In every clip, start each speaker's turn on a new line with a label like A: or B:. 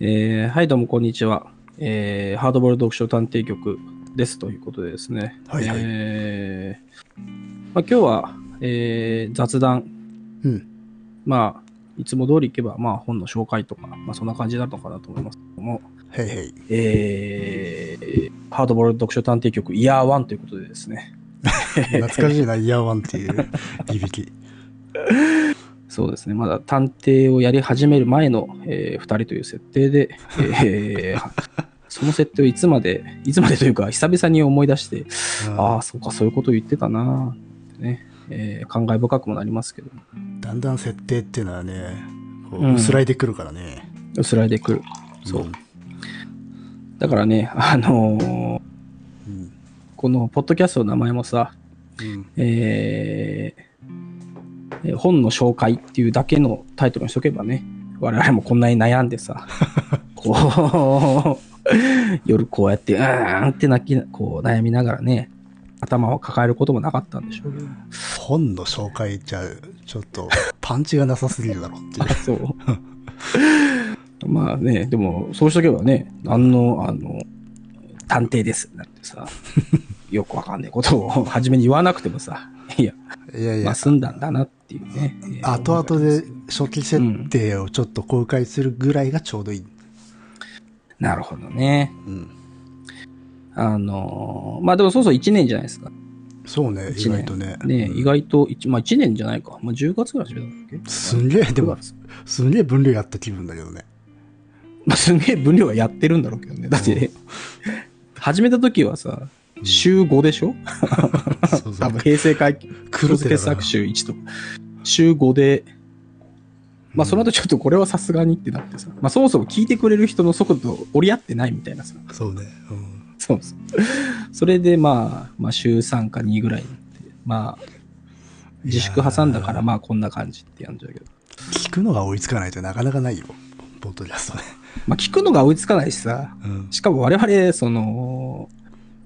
A: えーはい、どうも、こんにちは。えーハードボールド読書探偵局ですということでですね。
B: はいはい
A: えーまあ、今日は、えー雑談、
B: うん。
A: まあ、いつも通りいけば、まあ、本の紹介とか、まあ、そんな感じなのかなと思いますけども、
B: へいへい。
A: えーハードボールド読書探偵局イヤー1ということでですね。
B: 懐かしいな、イヤーワンっていう響き。
A: そうですね、まだ探偵をやり始める前の、え2人という設定で、えー その設定をいつまで、いつまでというか、久々に思い出して、ああ、そうか、そういうこと言ってたなーってね、えー感慨深くもなりますけど、
B: だんだん設定っていうのはね、こ
A: うん
B: う、薄らいでくるからね。。
A: 薄らいでくる。そうんだからね、 あのー
B: うん。
A: このポッドキャストの名前もさ、
B: うん
A: えーえー本の紹介っていうだけのタイトルにしとけばね、我々もこんなに悩んで さ、こう、 夜こうやって、うーんって泣き、こう悩みながらね、頭を抱えることもなかったんでしょうけど。
B: 本の紹介じゃ、ちょっと、パンチがなさすぎるだろっていう
A: あ。そう。まあね、でも、そうしとけばね、何の、あの、探偵です、なんてさ、 よくわかんないことを初めに言わなくてもさ、 いや、
B: いやい
A: ま
B: や
A: あ、、済んだんだなっていうね。えー
B: 後々で。初期設定をちょっと公開するぐらいがちょうどいい。
A: なるほどね。
B: うん。
A: あのーまあでもそうそう1年じゃないですか。
B: そうね、意
A: 一年
B: 外とね。
A: ね、意外と一、まあ1年じゃないか。まあ10月ぐらい始めたんだっけ
B: すんげえ、で
A: 9
B: も、
A: 月。
B: すんげえ分量やった気分だけど ね。
A: まあすげえ分量はやってるんだろうけどね。だって、始めた時はさ、週5でしょ、
B: そうそ
A: 多
B: う
A: 分。平成会黒
B: 黒
A: 付け作週1とか、週5で、まあその後ちょっとこれはさすがにってなってさ、まあそもそも聞いてくれる人の速度と折り合ってないみたいなさ、
B: そうね。うん。
A: そうそう。それでまあ、まあ週3か2ぐらいになって、まあ、自粛挟んだからまあこんな感じってやんじゃうけど。
B: 聞くのが追いつかないとなかなかないよ。ポッドキャストね。
A: まあ聞くのが追いつかないしさ、
B: うん。
A: しかも我々、その、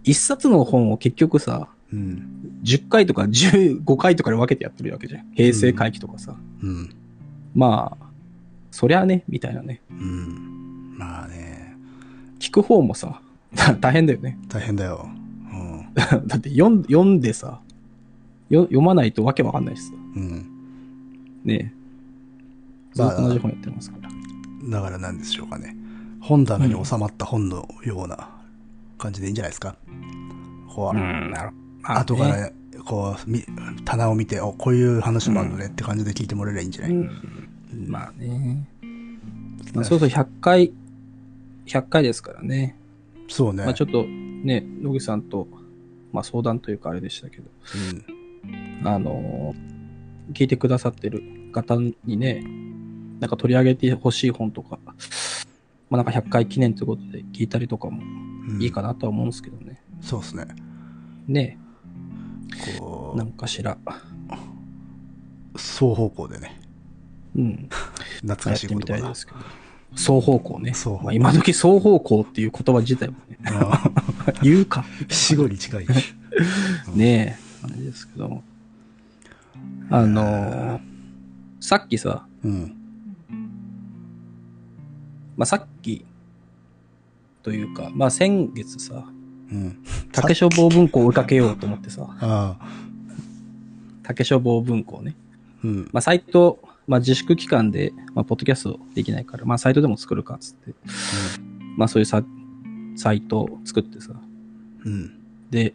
A: 一冊の本を結局さ、
B: うん。
A: 10回とか15回とかで分けてやってるわけじゃん。平成回帰とかさ。
B: うん。
A: まあ、そりゃね、みたいなね。
B: うん。まあね、
A: 聞く方もさ、 大変だよね。
B: 大変だよ。うん。
A: だって読ん読んでさよ、読まないとわけわかんないしさ。
B: うん。
A: ねえ。ずっ
B: まあ
A: と同じ本やってますから。
B: だから何でしょうかね。本棚に収まった本のような感じでいいんじゃないですか。こう、
A: ん、なるほ
B: 後から、こう、み棚を見て、お、こういう話もあるのねって感じで聞いてもらえればいいんじゃない、
A: うんまあね。まあ、そうそう、100回、100回ですからね。
B: そうね。
A: まあちょっとね、野口さんと、まあ相談というかあれでしたけど、あのー聞いてくださってる方にね、なんか取り上げてほしい本とか、まあなんか100回記念ということで聞いたりとかも
B: うんうん
A: いいかなとは思うんですけどね。
B: そうですね。
A: ね
B: こ
A: え、なんかしら、
B: う、双方向でね、
A: うん、
B: 懐
A: や
B: か
A: っ
B: し
A: て
B: い言
A: みたい
B: 葉
A: で
B: だ。
A: すけど。双方向ね。
B: 双方向
A: まあ、今時双方向っていう言葉自体も ね、 言うか。
B: 死後に近い。
A: ねえ、あれですけども。あのーさっきさ、
B: うん。
A: まあ、さっき、というか、まあ、先月さ、
B: うん。
A: 竹書房文庫を追いかけようと思ってさ、
B: ああ。
A: 竹書房文庫ね。
B: うん。
A: まあ、サイト、まあ、自粛期間で、まあ、ポッドキャストできないから、まあ、サイトでも作るか、つって。まあ、そういうさ、サイトを作ってさ。
B: うん。
A: で、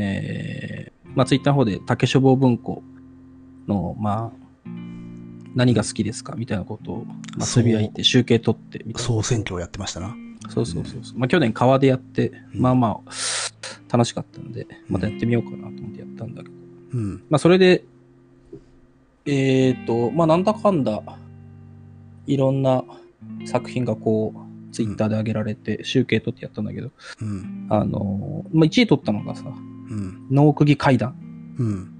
A: えー、まあ、ツイッターの方で、竹書房文庫の、まあ、何が好きですかみたいなことを、まあ、つぶやいて、集計取って、みたいな。
B: 総選挙をやってましたな。
A: そうそうそうそう。まあ、去年川でやって、
B: うん
A: まあまあ、楽しかったんで、またやってみようかなと思ってやったんだけど。
B: うん。
A: まあ、それで、えっ、と、まあ、なんだかんだ、いろんな作品がこう、ツイッターで上げられて、集計取ってやったんだけど、
B: うん。
A: あのーまあ、1位取ったのがさ、
B: うん。
A: 農釘階段、
B: うん。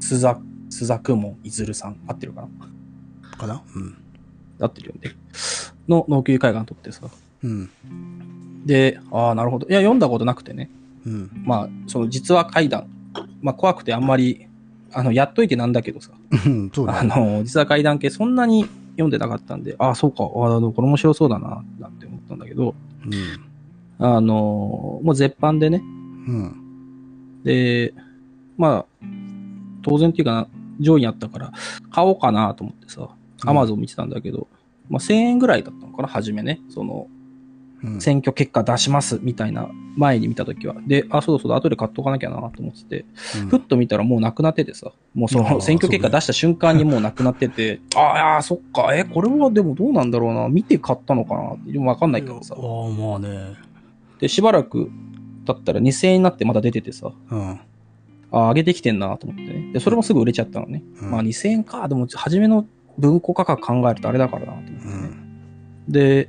A: 須ザ須ザクモン、いずるさん、合ってるかな
B: かなうん。
A: 合ってるよね。の農釘階段取ってさ。
B: うん。
A: で、ああ、なるほど。いや、読んだことなくてね。
B: うん。
A: まあ、その実は階段、まあ、怖くてあんまり、あの、やっといてなんだけどさ、
B: うん。そう
A: あ
B: だね。
A: の、実は階段系そんなに読んでなかったんで、ああ、そうか、ああ、これ面白そうだな、なんて思ったんだけど、あのーもう絶版でね、
B: うん。
A: で、まあ、当然っていうかな、上位にあったから、買おうかなと思ってさ、アマゾン見てたんだけど、まあ1000円ぐらいだったのかな、初めね。その、
B: うん。
A: 選挙結果出しますみたいな前に見たときは。で、あ、そうだそうだ、後で買っとかなきゃなと思ってて、
B: うん
A: ふっと見たらもうなくなっててさ、もうそ
B: あー
A: の選挙結果出した瞬間にもうなくなってて、ああ、そっか、え、これはでもどうなんだろうな、見て買ったのかなって、でもわかんないからさ
B: あ。あ、まあね。
A: で、しばらく経ったら2000円になってまた出ててさ、
B: うん。
A: あ、上げてきてんなと思ってね。で、それもすぐ売れちゃったのね。
B: うん
A: まあ2000円か、でも初めの文庫価格考えるとあれだからなと思って
B: う
A: ね。
B: ん。
A: で、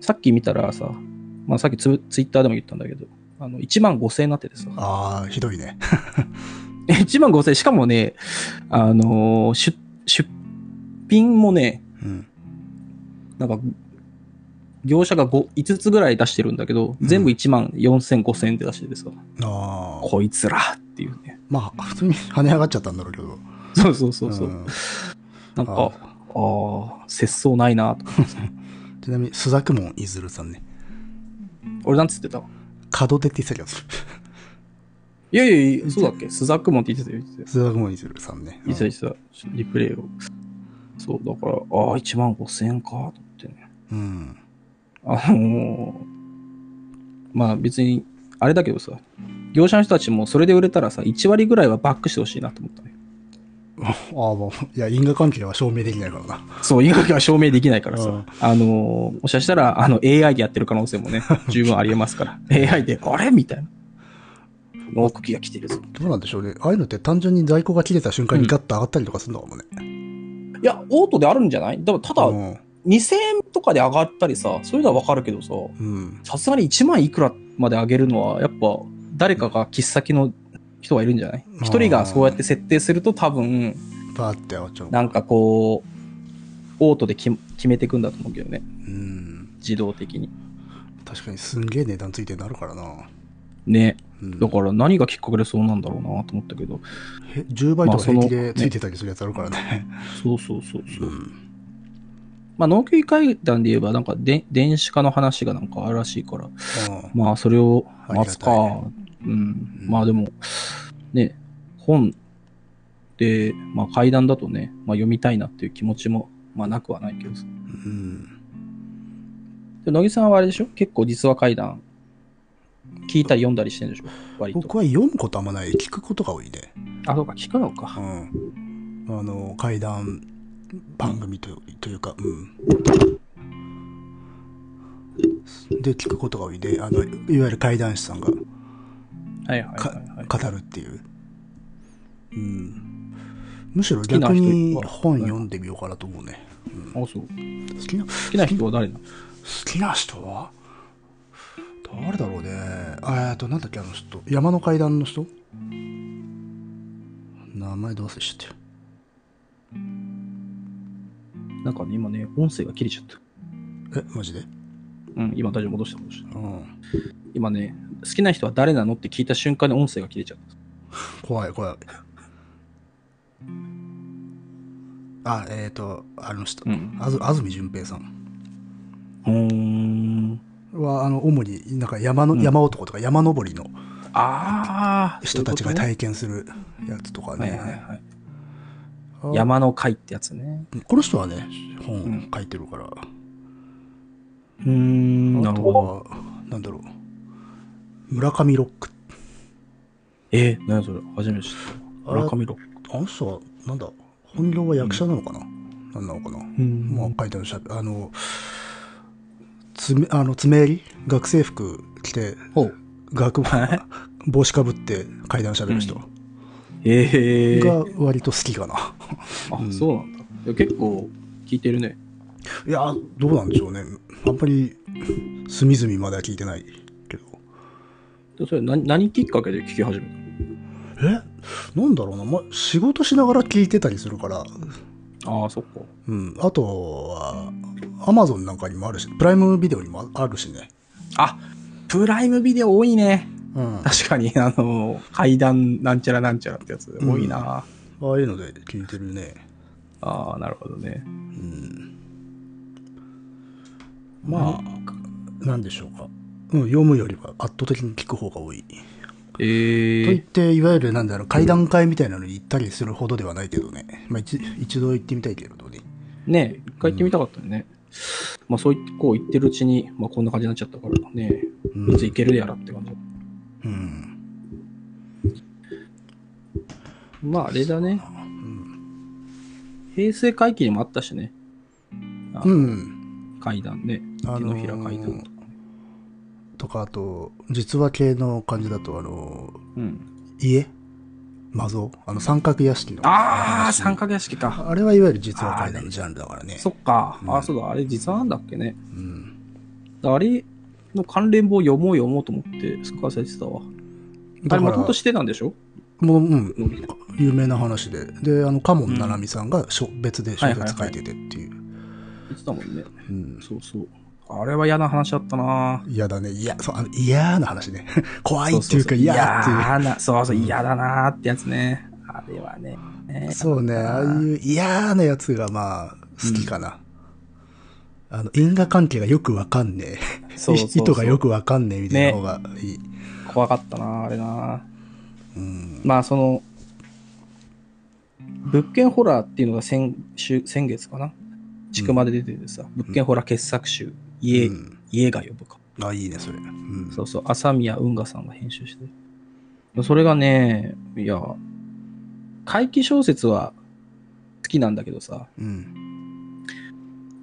A: さっき見たらさ、まあさっきツツイッターでも言ったんだけど、あの、1万5000円になっててさ。
B: ああ、ひどいね。
A: 1万5000円、しかもね、あのー出、出品もね、
B: うん。
A: なんか、業者が 5, 5つぐらい出してるんだけど、
B: うん
A: 全部1万4000、5000円で出しててさ、
B: ああ。
A: こいつらっていうね。
B: まあ、普通に跳ね上がっちゃったんだろうけど。
A: そうそうそうそう。
B: ん
A: なんか、ああ、節操ないなとか。
B: ちなみに、須作門いずるさんね。
A: 俺なんつってた
B: 門出って言ってたけ
A: いやいやいや、そうだっけスザクモンって言ってたよ、言ってたよ
B: ど、須作門いずるさんね。
A: 言ってた言ってた。ちょっとリプレイを。そう、だから、ああ、1万5000円か、と思ってね。
B: うん。
A: あのーまあ別に、あれだけどさ、業者の人たちもそれで売れたらさ、1割ぐらいはバックしてほしいなと思ったね。
B: ああ、もう、いや、因果関係は証明できないからな。
A: そう、医学は証明できないから
B: う
A: さ
B: ん、
A: あのーもしかしたら、あの、AI でやってる可能性もね、十分ありえます から。AI で、あれみたいな。脳茎が来てるぞ。
B: どうなんでしょうね。ああいうのって単純に在庫が切れた瞬間に
A: うん
B: ガッと上がったりとかするのかもね。
A: いや、オートであるんじゃないだからただ、
B: うん。
A: 2000円とかで上がったりさ、そういうのはわかるけどさ、
B: うん。
A: さすがに1万いくらまで上げるのは、やっぱ誰かが切っ先の人がいるんじゃない
B: ん
A: 一人がそうやって設定すると多分、
B: バーって上がっちゃう。
A: なんかこう、オートでき決めていくんだと思うけどね、
B: うん。
A: 自動的に。
B: 確かにすんげえ値段ついてなるからな。
A: ね。
B: うん。
A: だから何がきっかけでそうなんだろうなと思ったけど、
B: へ10倍
A: ま
B: と
A: あ
B: か
A: その
B: 平気でついてたりするやつあるか らね。
A: そうそうそうそうう。
B: ん。
A: まあ、農協会談で言えば、なんかで、電子化の話がなんかあるらしいから、
B: うん
A: まあ、それを待つか。
B: ありがたい
A: うん。
B: うん
A: まあ、でも、ね、本で、まあ、階段だとね、まあ、読みたいなっていう気持ちも、まあ、なくはないけどさ。
B: うん。
A: で乃木さんはあれでしょ結構実話階段、聞いたり読んだりしてるんでしょ割と。
B: 僕は読むことあんまない。聞くことが多いね。
A: あ、そうか、聞くの
B: う
A: か。
B: ん。あの、怪談番組とというか、うん。で、聞くことが多いで、あの、いわゆる怪談師さんが
A: はいはい
B: か
A: はい、はい。
B: 語るっていう。うん。むしろ
A: きな
B: 逆
A: 人
B: に
A: は
B: 本読んでみようかなと思うね。
A: あ、そう。
B: 好きな、好
A: 好きな人は誰なの
B: きな人は誰だろうね。えっと、なんだっけ、あの人。山の階段の人名前どうせしちゃったよ。
A: なんかね、今ね、音声が切れちゃった。
B: え、マジで
A: うん、今大丈夫、戻した戻した。
B: うん。
A: 今ね、好きな人は誰なのって聞いた瞬間に音声が切れちゃった。
B: 怖い怖いあえっ、ー、とあの人、
A: うん
B: あず安住淳平さん
A: うーん。
B: はあの主になんか山の、
A: うん
B: 山男とか山登りの
A: ああ、
B: 人たちが
A: そういう
B: 体験するやつとか
A: ことね
B: ね
A: はいはいはい。
B: あ
A: 山の会ってやつね。
B: この人はね
A: う
B: 本
A: ん
B: 書いてるから、
A: うーん、な
B: あ
A: る
B: と
A: ほど。
B: はなんだろう村上ロック
A: え、何それ初めて知った。
B: あれ
A: 村上六。
B: あの人はなんだ本業は役者なのかな、なんなのかな
A: うーん
B: まあ、書いてあるしゃあの爪あの爪襟学生服着て
A: ほう。
B: 学部
A: はい
B: 帽子かぶって階段しゃべる人
A: ええー。
B: が割と好きかな、
A: あ、そうなんだ。いや結構聞いてるね。
B: いやどうなんでしょうねあんまり隅々までは聞いてないけど
A: でそれ何何きっかけで聞き始めた
B: えなんだろうな、ま、仕事しながら聞いてたりするから、
A: のああ、そっか。
B: うん、あとはアマゾンなんかにもあるしプライムビデオにもあるしね
A: あ、プライムビデオ多いね。
B: うん、あ
A: 確かに、あの、階段なんちゃらなんちゃらってやつ多いな。
B: あいうので聞いてるね、
A: ああ、なるほどね。
B: うん、まあ、なんでしょうか。うん、読むよりは圧倒的に聞く方が多い。
A: え
B: といっ
A: ー、
B: て、いわゆるなんだろう、会談会みたいなのに行ったりするほどではないけどね。まあ、一一度行ってみたいけれどね。
A: ね一回行ってみたかったよね。まあそういこう言ってるうちに、まあこんな感じになっちゃったからね、
B: うん
A: いつ行けるやらって感じ。
B: うん。
A: まああれだね、
B: うん。
A: 平成会期にもあったしね、あ
B: うん。
A: 会談ね、手のひら会談とか。
B: とか、あと、実話系の感じだと、あの、
A: うん、
B: 家魔像あの、三角屋敷の。
A: ああ、三角屋敷か。
B: あれはいわゆる実話会談のジャンルだからね。
A: そっか。
B: うん
A: ああ、そうだ。あれ実はなんだっけね。
B: うん。
A: あれの関連本を読もう読もうと思って、すっかり忘れてたわ。あれもともとしてたんでしょ
B: もう、うん、有名な話で。で、あの、カモンナナミさんがしょ、別で小説書いててっていう。
A: 言ってたもんね。
B: うん。
A: そうそう。あれは嫌な話だったな
B: 嫌だね。いや、そう、あの、嫌な話ね。怖いっていうか
A: い
B: 嫌っていう。
A: な、そうそう、嫌だなーってやつね。あれはね。ね
B: そうね、ああいう嫌なやつがまあ、好きかな。あの、因果関係がよくわかんねえ。
A: そ
B: いう
A: そうそう
B: 意図がよくわかんねえみたいな方がいい。
A: 怖かったなあれな
B: うん。
A: まあ、その、物件ホラーっていうのが先週、先月かな地区まで出ててさ、物件ホラー傑作集、家、
B: うん
A: 家が呼ぶか。
B: あ、いいね、それ。うん。
A: そうそう、朝宮運河さんが編集して。それがね、いや、怪奇小説は好きなんだけどさ、
B: うん。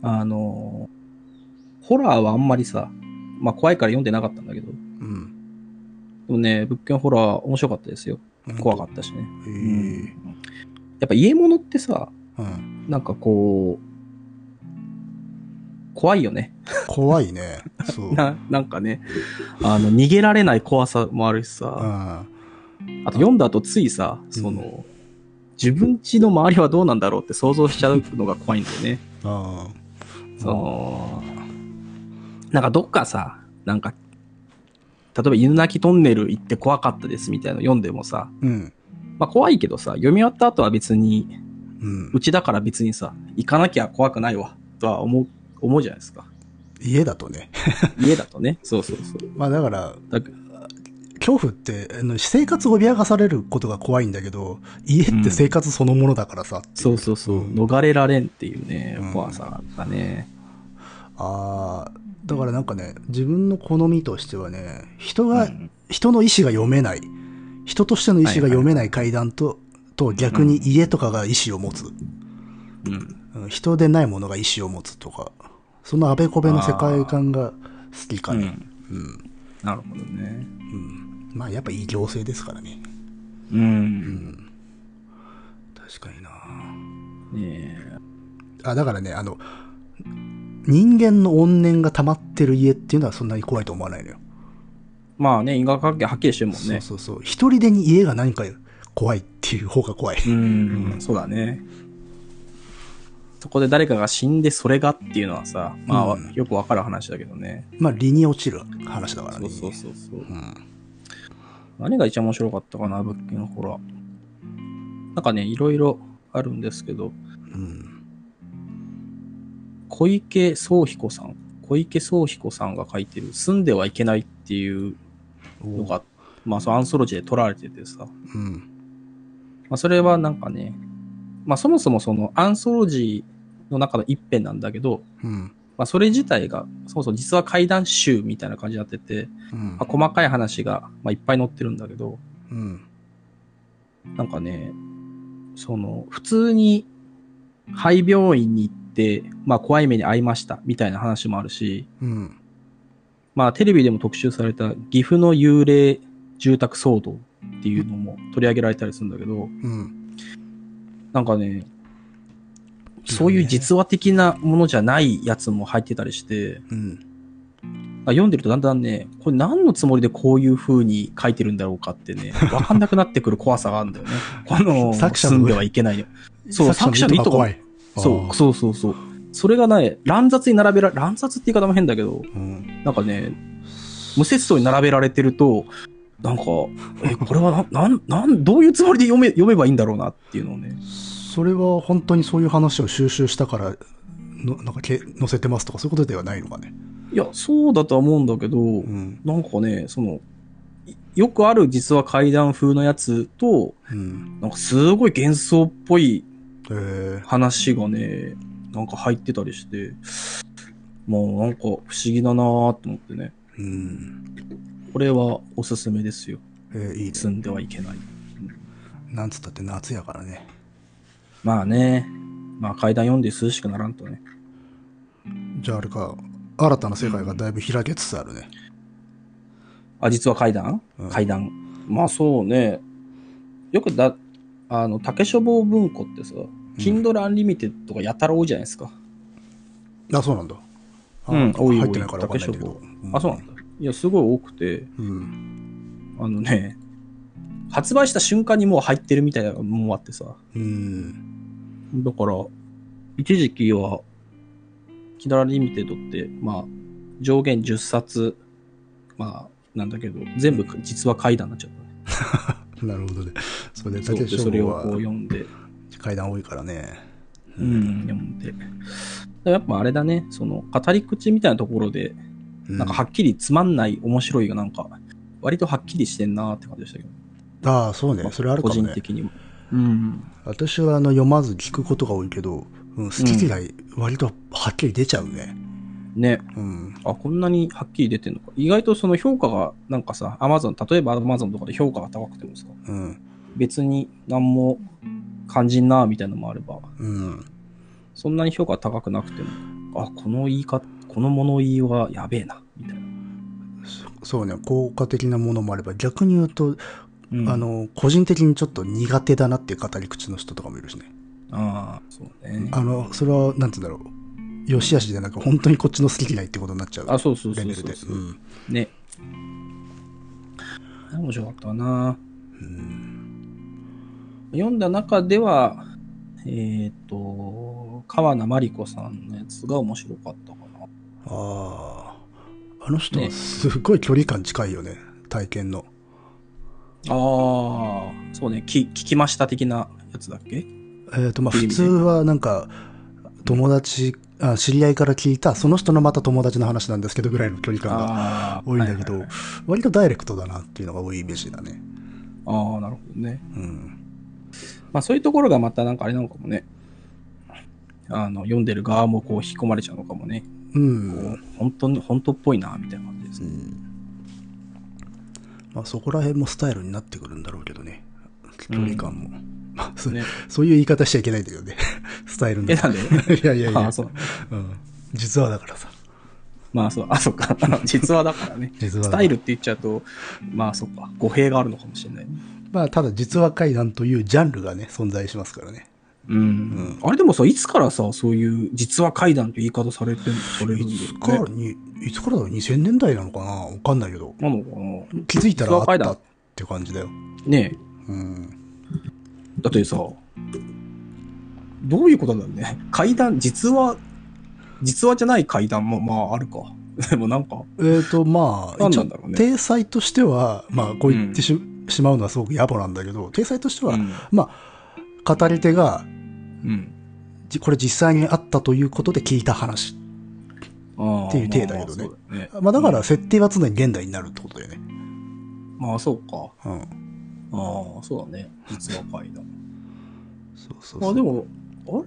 A: あの、ホラーはあんまりさ、まあ怖いから読んでなかったんだけど、で
B: うん。
A: もね、物件ホラー面白かったですよ。怖か
B: っ
A: ったしね。
B: た。へえ。
A: やっぱ家物ってさ、
B: うん。
A: なんかこう、怖いよね。
B: 怖いね。そう。うん。
A: な、なんかね、あの、逃げられない怖さもあるしさ、
B: あ
A: あと読んだ後ついさ、その、自分家の周りはどうなんだろうって想像しちゃうのが怖いんだよね。
B: あ。
A: その、なんかどっかさ、なんか、例えば犬鳴きトンネル行って怖かったですみたいなの読んでもさ、
B: うん。
A: まあ怖いけどさ、読み終わった後は別に、
B: うん
A: う。ちだから別にさ、行かなきゃ怖くないわ、とは思う、思うじゃないですか。
B: 家だとね。
A: 家だとね。そうそうそう。
B: まあだから、
A: だけど
B: 恐怖って、あの生活を脅かされることが怖いんだけど、家って生活そのものだからさっていう
A: そうそうそう、
B: うん
A: 逃れられんっていうね
B: うん、
A: 怖さがね。
B: ああだからなんかね自分の好みとしてはね人が、
A: うん
B: 人の意思が読めない人としての意思が読めない階段と、と逆に家とかが意思を持つ、
A: うん。
B: うん人でないものが意思を持つとかそのあべこべの世界観が好きか
A: う
B: ね
A: ん。
B: うん、
A: なるほどね。
B: うんまあやっぱ異形性ですからね
A: う。
B: うんん確かにな
A: ねえ
B: あだからねあの人間の怨念が溜まってる家っていうのはそんなに怖いと思わないのよ
A: まあね、因果関係はっきりしてるもんね。
B: そうそうそう。一人でに家が何か怖いっていう方が怖い。
A: うん、そうだね。そこで誰かが死んでそれがっていうのはさ、まあ、
B: うん
A: よくわかる話だけどね。
B: まあ、理に落ちる話だから
A: そ
B: ね。
A: うそうそうそう。
B: うん。
A: 何が一番面白かったかな、物件ホラー。なんかね、いろいろあるんですけど、
B: うん。
A: 小池宗彦さん、小池宗彦さんが書いてる、住んではいけないっていうのが、まあ、そうアンソロジーで撮られててさ、
B: うん。
A: まあ、それはなんかね、まあ、そもそもそのアンソロジーの中の一編なんだけど、
B: うん。
A: まあ、それ自体が、そもそも実は怪談集みたいな感じになってて、
B: うん
A: まあ、。細かい話が、まあ、いっぱい載ってるんだけど、
B: うん。
A: なんかね、その、普通に廃病院に行って、まあ、怖い目に遭いましたみたいな話もあるし、
B: うん。
A: まあ、テレビでも特集された岐阜の幽霊住宅騒動っていうのも取り上げられたりするんだけど、
B: うん。
A: なんかね、そういう実話的なものじゃないやつも入ってたりして、
B: うん。
A: あ読んでるとだんだんね、これ何のつもりでこういう風に書いてるんだろうかってね、わかんなくなってくる怖さがあるんだ よね。この、
B: 作者の
A: 住んではいけないよ。そう
B: が怖い。
A: そう、
B: あ
A: そうそうそう。それがね、乱雑に並べら、乱雑って言い方も変だけど、
B: ーうん。
A: なんかね、無節操に並べられてると、なんか、え、これはな、なん、なん、どういうつもりで読め、読めばいいんだろうなっていうのをね。
B: それは本当にそういう話を収集したから、のなんかけ載せてますとかそういうことではないのかね。
A: いや、そうだとは思うんだけど、
B: うん。
A: なんかね、その、いよくある実は怪談風のやつと、
B: うん。
A: なんかすごい幻想っぽい
B: へえ。
A: 話がね、なんか入ってたりして、もうなんか不思議だなーって思ってね。
B: うん。
A: これはおすすめですよ。
B: えー、いいです
A: 積んではいけない。
B: なんつったって夏やからね。
A: まあね、まあ階段読んで涼しくならんとね。
B: じゃああれか、新たな世界がだいぶ開けつつあるね。
A: あ、実は階段、
B: うん
A: 階段。まあそうね。よくだ、あの、竹書房文庫ってさ、Kindle Unlimited とかやたら多いじゃないですか。
B: あ、そうなんだ。あ
A: うん多い
B: 入ってないから分かんないけ
A: 多
B: ど。
A: あ、そうなんだ。いや、すごい多くて、
B: うん。
A: あのね、発売した瞬間にもう入ってるみたいなのもあってさ。
B: うん。
A: だから、一時期は、キダラリミテッドって、まあ、上限10冊、まあ、なんだけど、全部実は階段になっちゃったね。
B: なるほどね。それで、
A: そう
B: 竹
A: で、
B: 内
A: それ
B: 翔
A: を
B: 吾
A: こう
B: は
A: 読んで、
B: 階段多いからね。
A: うん、読んで。やっぱあれだね、その、語り口みたいなところで、
B: う
A: なんかはっきりつまんない面白いがなんか、割とはっきりしてんなーって感じでしたけど、
B: ああ、そう
A: ま
B: ね。
A: あ
B: それあるか
A: 個
B: も
A: 人
B: ね。
A: 的にも。うん。
B: 私はあの読まず聞くことが多いけど、うん、好き嫌い割とはっきり出ちゃうね。
A: ね。
B: うん。
A: あ、こんなにはっきり出てんのか。意外とその評価が、なんかさ、アマゾン、例えばアマゾンとかで評価が高くてもさ、
B: うん。
A: 別に何も感じんなみたいなのもあれば、
B: うん。
A: そんなに評価高くなくても、あ、この言い方、この物言いはやべえな、みたいな。
B: そそうね。効果的なものもあれば、逆に言うと、
A: うん
B: あ、の、個人的にちょっと苦手だなっていう語り口の人とかもいるしね。
A: ああ、そうね。
B: あの、それは、なんつうんだろう。よしあしじゃなく、本当にこっちの好き嫌いってことになっちゃう。
A: あ、そうそうそ
B: レ
A: う
B: ベ
A: そ
B: ル
A: う
B: で。うん。
A: ね。面白かったな。
B: うん
A: 読んだ中では、えっ、と、川名真理子さんのやつが面白かったかな。
B: ああ。あの人は
A: ね
B: すごい距離感近いよね。体験の。
A: ああ、そうね、き聞きました的なやつだっけ
B: えっ、と、まあ、
A: いい意味
B: 普
A: で
B: 通はなんか、友達、あ知り合いから聞いた、その人のまた友達の話なんですけどぐらいの距離感が
A: ああー、
B: 多いんだけど、
A: ははは
B: 割とダイレクトだなっていうのが多いイメージだね。
A: ああ、なるほどね。
B: うん。
A: まあそういうところがまたなんかあれなのかもね。あの、読んでる側もこう引き込まれちゃうのかもね。
B: う
A: こ
B: ん。
A: う、本当に、本当っぽいな、みたいな感じです
B: う
A: ね。
B: んまあ、そこら辺もスタイルになってくるんだろうけどね。距離感も。まあそ
A: ね
B: そういう言い方しちゃいけないんだけどね。 スタイルの。
A: え、
B: い
A: なんで
B: やいやい
A: あ
B: や
A: あ、。そう。
B: うん。実はだからさ。
A: まあそう、あ、そっか。 実話だからね。
B: 実は
A: スタイルって言っちゃうと、まあそっか。語弊があるのかもしれないね。
B: まあ、ただ実話怪談というジャンルがね、存在しますからね。
A: うん。あれでもさ、いつからさ、そういう実話怪談って言い方されてんされるん
B: い
A: だ
B: つから
A: よね。
B: に、いつからだろう ?2000 年代なのかなわかんないけど。
A: なのかな
B: 気づいたらあ
A: 実話怪
B: った
A: 談
B: って感じだよ。
A: ねえ。
B: うん。
A: だってさ、どういうことなんだろうね。階段、実は、実話じゃない階段もまああるか。 でもなんか、
B: えっ、と、まあ、
A: なん
B: 一
A: な
B: 応
A: んだろうね
B: 体裁としては、まあ、こう言ってし,、まうのはすごく野暮なんだけど、体裁としては、
A: うん
B: まあ、語り手が、
A: うん。
B: じこれ実際にあったということで聞いた話。
A: っ
B: っていう体だけどね。
A: まあまあそうね
B: まあ、だから、設定は常に現代になるってことだよね。
A: まあそうか。
B: うん。
A: ああ、そうだね。実話階段。
B: そうそう
A: まあで、も、あれ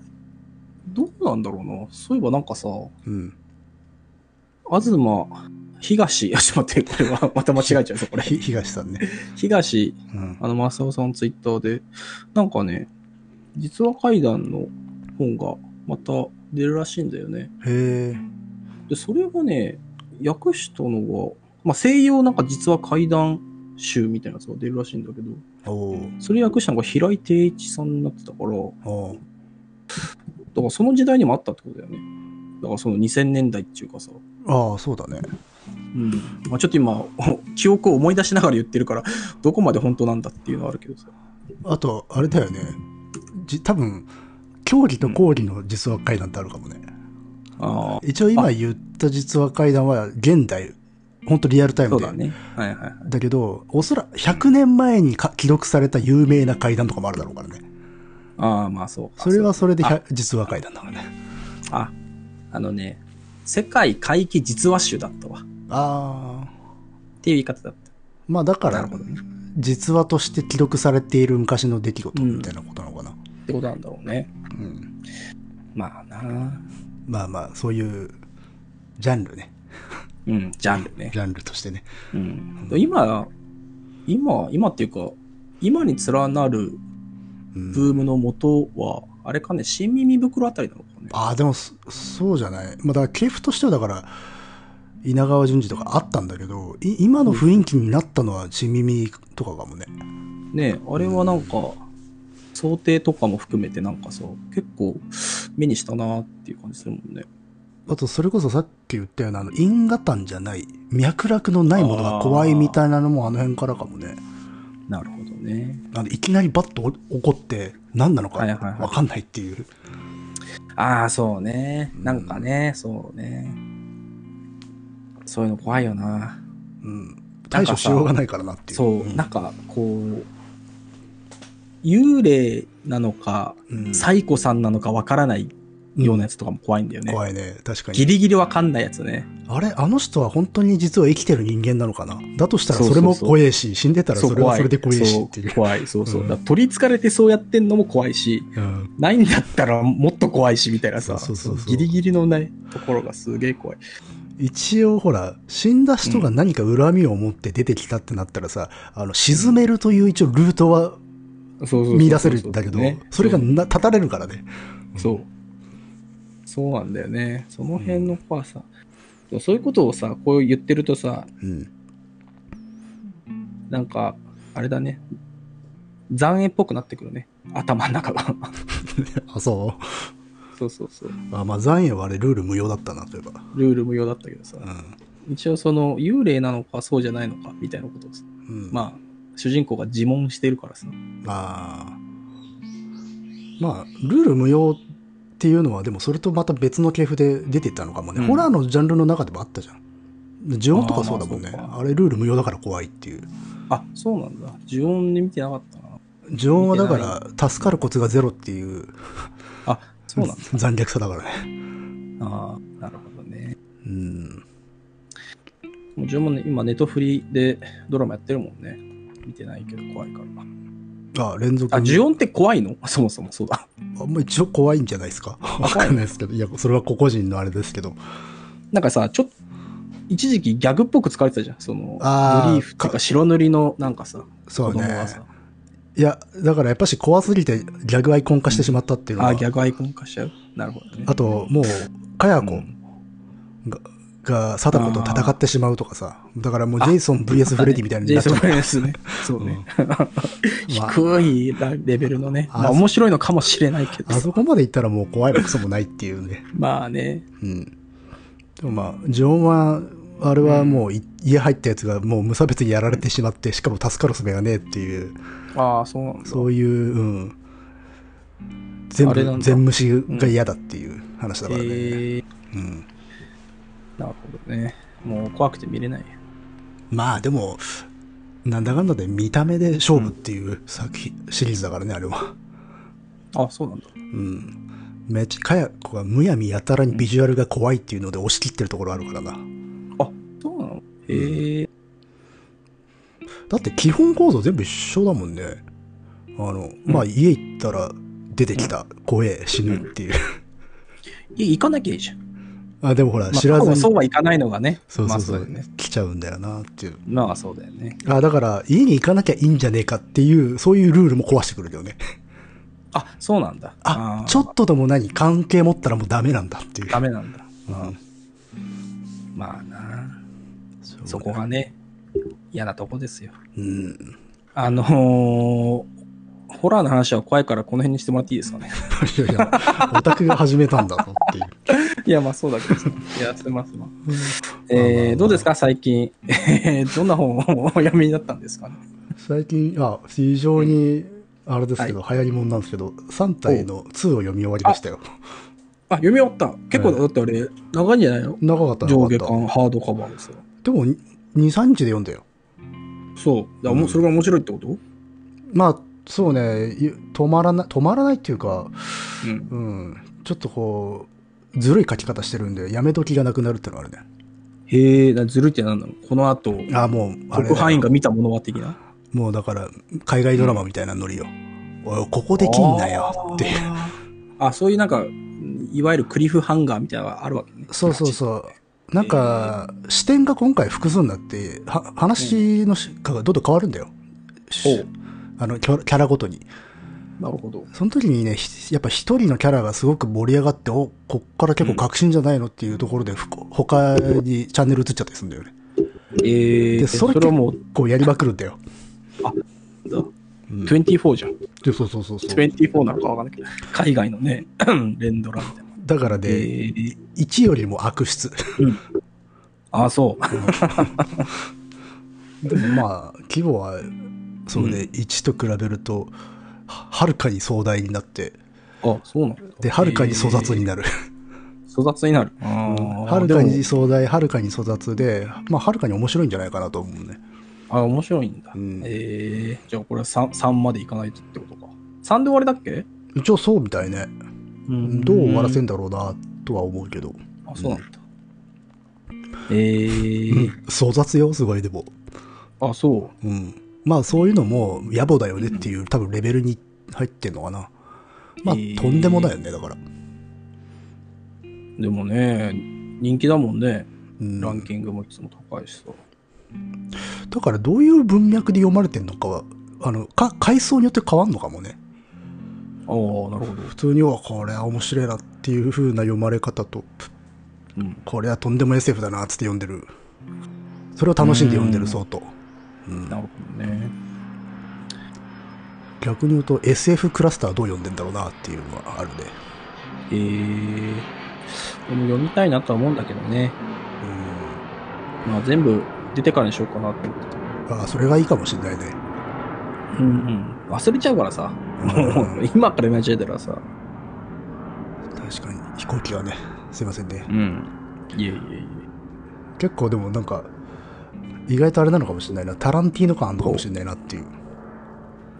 A: どうなんだろうな。そういえばなんかさ、
B: うん。
A: 東、東、い やちょっと待って、これはまた間違えちゃうぞ、これ。
B: ひ東さんね。
A: 東、
B: うん。
A: あの、正雄さんのツイッターで、なんかね、実話怪談の本がまた出るらしいんだよね。
B: へえ。
A: で、それがね、訳したのが、まあ、西洋なんか実は怪談集みたいなやつが出るらしいんだけど、
B: おー
A: それ訳したのが平井定一さんになってたから、だ
B: おー
A: からその時代にもあったってことだよね。だからその2000年代っていうかさ、
B: ああ、そうだね。
A: うん。まあ、ちょっと今、 記憶を思い出しながら言ってるから、どこまで本当なんだっていうのはあるけどさ。
B: あと、あれだよね。じ多分、競技と講義の実話怪談ってあるかもね。
A: あ
B: 一応今言った実話怪談は現代、本当リアルタイ
A: あ、そう
B: ムで。
A: だね。はいはいはい。
B: だけど、おそらく100年前にか記録された有名な怪談とかもあるだろうからね。
A: ああ、まあそうか。
B: それはそれで
A: あ
B: 100実話怪談だからね。
A: あ、あのね、世界怪奇実話集だったわ。っ
B: ああ。
A: ていう言い方だっ
B: まあだ
A: た。
B: か
A: な
B: ら
A: る、ほどね。
B: 実話として記録されている昔の出来事みたいなことなのかな。
A: ってことなんだろうね。
B: うん。
A: まあな
B: まあまあ、そういう、ジャンルね。
A: うん、ジャンルね。
B: ジャンルとしてね。
A: うん。今、今、今っていうか、今に連なる
B: うん、
A: ブームの元は、あれかね、新耳袋あたりなのかね。
B: ああ、でもそ、そうじゃない。まあだから、系譜としてはだから、稲川淳二とかあったんだけど、い今の雰囲気になったのは、ちみみとかかもね。
A: ねあれはなんか、想定とかも含めてなんかさ、結構目にしたなっていう感じするもんね。
B: あと、それこそさっき言ったような、あの、因果譚じゃない、脈絡のないものが怖いみたいなのもあの辺からかもね。
A: なるほどね。
B: なんで、いきなりバッとお怒って、何なのか
A: はいはいはい
B: わかんないっていう。
A: ああ、そうね。なんかね、そうね。そういうの怖いよな。
B: うん。対処しようがないからなっていう。
A: そう、
B: ん
A: なんかこう、幽霊なのか、
B: うん
A: サイコさんなのかわからないようなやつとかも怖いんだよね。
B: 怖いね。確か
A: ギ
B: に。
A: リギリわかんないやつね。
B: あれあの人は本当に実は生きてる人間なのかなだとしたら
A: そうそ
B: そう
A: そう
B: れも怖えし、死んでたらそれはそれで怖えしっていう
A: そ。怖い、そうそう。
B: うん
A: だから取り憑かれてそうやってんのも怖いし、
B: うん
A: ないんだったらもっと怖いし、みたいなさ、
B: そうそうそうそう
A: ギリギリのね、ところがすげえ怖い。
B: 一応ほら、死んだ人が何か恨みを持って出てきたってなったらさ、あの、沈めるという一応ルートは
A: そうそうそうそう
B: 見出せるんだけど
A: ね、
B: それがな立たれるからね。
A: そう。そうなんだよね。その辺の怖さ。そういうことをさ、こう言ってるとさ、
B: うん。
A: なんか、あれだね。残影っぽくなってくるね。頭の中が。
B: あ、そ
A: そうそうそう。
B: う。あまあ、残影はあれルール無用だったな、といえば。
A: ルール無用だったけどさ
B: う。ん。
A: 一応その、幽霊なのかそうじゃないのか、みたいなことをさ。
B: うん、
A: まあ、主人公が自問してるからさ。
B: ああまあルール無用っていうのはでもそれとまた別の系譜で出てたのかもね、
A: うん
B: ホラーのジャンルの中でもあったじゃん呪音とかそうだもんね
A: あーまあそう
B: あ
A: か
B: れルール無用だから怖いっていう
A: あ、そうなんだ。呪音で見てなかったな。
B: 呪音はだから助かるコツがゼロっていう
A: あ、そうなんだ。
B: 残虐さだからね
A: ああ、なるほどね。
B: うん
A: もう呪文ね、今ネットフリでドラマやってるもんね。見てないけど怖いからな。
B: あ連続
A: あ、
B: に
A: 呪音って怖いのそもそもそうだ。
B: あまあ一応怖いんじゃないですか わかんないですけどいやそれは個々人のあれですけど
A: なんかさ、ちょっと、一時期ギャグっぽく使われてたじゃん。その、
B: あー
A: ドリーフっていうか白塗りのなんかさ、
B: そう
A: 子供
B: ね
A: がさ、
B: いやだからやっぱし怖すぎてギャグアイコン化してしまったっていうの
A: あ
B: は、
A: ー、ギャグアイコン化しちゃう。なるほどね。
B: あともうかや
A: う
B: こ
A: ん
B: が、が貞子と戦ってしまうとかさ。だからもうジェイソン
A: あった
B: VS
A: ね
B: フレディみたいに
A: ジェイ
B: なっち
A: ソン・フ
B: ゃった。
A: レディですね。そうね。
B: まあ
A: 低いレベルのね。
B: あ
A: まあ面白いのかもしれないけど
B: あ。そこまで行ったらもう怖いもクソもないっていうね。
A: まあね。
B: うん。でもまあ、ジョンは、あれはもうい、家入ったやつがもう無差別にやられてしまって、しかも助かる術がねえっていう、
A: ああ、そうなんだ。
B: そういう、うん。全
A: あれなん
B: 部、
A: だ
B: 全無視が嫌だっていう話だからね。
A: えー
B: うん。
A: なるほどね。もう怖くて見れない。
B: まあでも、なんだかんだで見た目で勝負っていう作品、シリーズだからね、あれは。
A: あそうなんだ。
B: うん。めっちゃ、かやこがむやみやたらにビジュアルが怖いっていうので押し切ってるところあるからな。
A: あそうなのへえ。
B: だって基本構造全部一緒だもんね。あの、まあ家行ったら出てきた、怖え、死ぬっていう。
A: いや行かなきゃいいじゃん。
B: あ、でもほら、
A: まあ、
B: 知らず
A: 過去
B: に。
A: そうはいかないのがね。
B: そうそうそう、
A: まあそうだよね。
B: 来ちゃうんだよなっていう。
A: まあそうだよね。
B: あ、だから家に行かなきゃいいんじゃねえかっていう、そういうルールも壊してくるよね。
A: あそうなんだ。ー
B: あ、ちょっとでも何、関係持ったらもうダメなんだっていう。
A: ダメなんだ。
B: うん
A: まあな。そこ。がね、嫌なとこですよ。
B: うん。
A: あのーホラーの話は怖いからこの辺にしてもらっていいですかね。
B: いやいや、オタクが始めたんだぞっていう。
A: いや、まあそうだけどさ。 いや、すいません。
B: うん
A: えー、どうですか最近。えーどんな本をお読みになったんですかね。
B: 最近、あ、非常に、あれですけど、流行りもんなんですけど、3体の2を読み終わりましたよ。
A: あ、読み終わった。結構、
B: はい
A: だってあれ、長いんじゃないの
B: 長かった
A: 上
B: 長か
A: 下
B: った。
A: 巻、ハードカバーですよ。
B: でも、2、3日で読んだよ。
A: そう。だからもう
B: うん
A: それが面白いってこと
B: まあ、そうね、ゆ止まらない、止まらないっていうか、
A: うん。
B: うん、ちょっとこう、ずるい書き方してるんで、やめときがなくなるってのはあるね。
A: へえ、だずるいってなんだろう。この後、
B: ああ、もう、あれ
A: 特派員が見たものは的な。
B: もうだから、海外ドラマみたいなノリよ。おい、ここできんなよっていう。
A: あーあ、そういうなんか、いわゆるクリフハンガーみたいなのがあるわけね。
B: そうそうそう。なんか、視点が今回複数になって、は話のしかがどんどん変わるんだよ。
A: ほう
B: あのキャラキャラごとに。
A: なるほど。
B: その時にね、ひやっぱ一人のキャラがすごく盛り上がって、お、こっから結構革新じゃないのっていうところで、ふ他にチャンネル移っちゃったりするんだよね。
A: え
B: で
A: ー、
B: そ
A: そ
B: れ
A: れはもう、
B: こうやりまくるんだよ。
A: だ24じゃん。
B: でそうそうそうそう。
A: 24なのかわかんないけど、海外のね、 連ドラみたいな。
B: だから
A: え
B: ね、
A: ー、
B: 1よりも悪質。
A: ああ、そう。
B: でもまあ、規模は、そうね、
A: う
B: 1と比べると、ははるかに壮大になって、
A: あそうなんだ。
B: で、はるかに粗雑になる。
A: 粗雑になる。
B: はるかに壮大、はるかに粗雑で、まあ、はるかに面白いんじゃないかなと思うね。
A: あ、面白いんだ。
B: うん
A: えー、じゃあこれは 3, 三までいかないとってことか。3で終わりだっけ
B: 一応そうみたいね。
A: うん
B: どう終わらせんだろうな、とは思うけど。
A: あ、そうなんだ。えー、
B: 粗雑よ、すごい、でも。
A: あ、そう。
B: うん。まあ、そういうのも、野暮だよねっていう、多分レベルに入ってんのかな。まあ、
A: えー
B: とんでもないよね、だから。
A: でもね、人気だもんね。
B: うん
A: ランキングもいつも高いしさ。
B: だから、どういう文脈で読まれてんのかは、あの、か、階層によって変わんのかもね。
A: ああ、なるほど。
B: 普通には、これは面白いなっていう風な読まれ方と、
A: うん。
B: これはとんでも SF だなっつって読んでるそれを楽しんで読んでる相当、うん
A: なるほどね。
B: 逆に言うと SF クラスターどう読んでんだろうなっていうのはあるね、
A: えー、でも読みたいなとは思うんだけどね。まあ全部出てからにしようかなと思ってた。
B: うん、ああそれがいいかもしれないね
A: うんうん。忘れちゃうからさ。もう 今から読み始めたらさ。
B: 確かに飛行機はねすいませんね
A: うん。いえいえいえ。
B: 結構でもなんか意外とあれなのかもしれないなタランティーノ感あるのかもしれないなっていう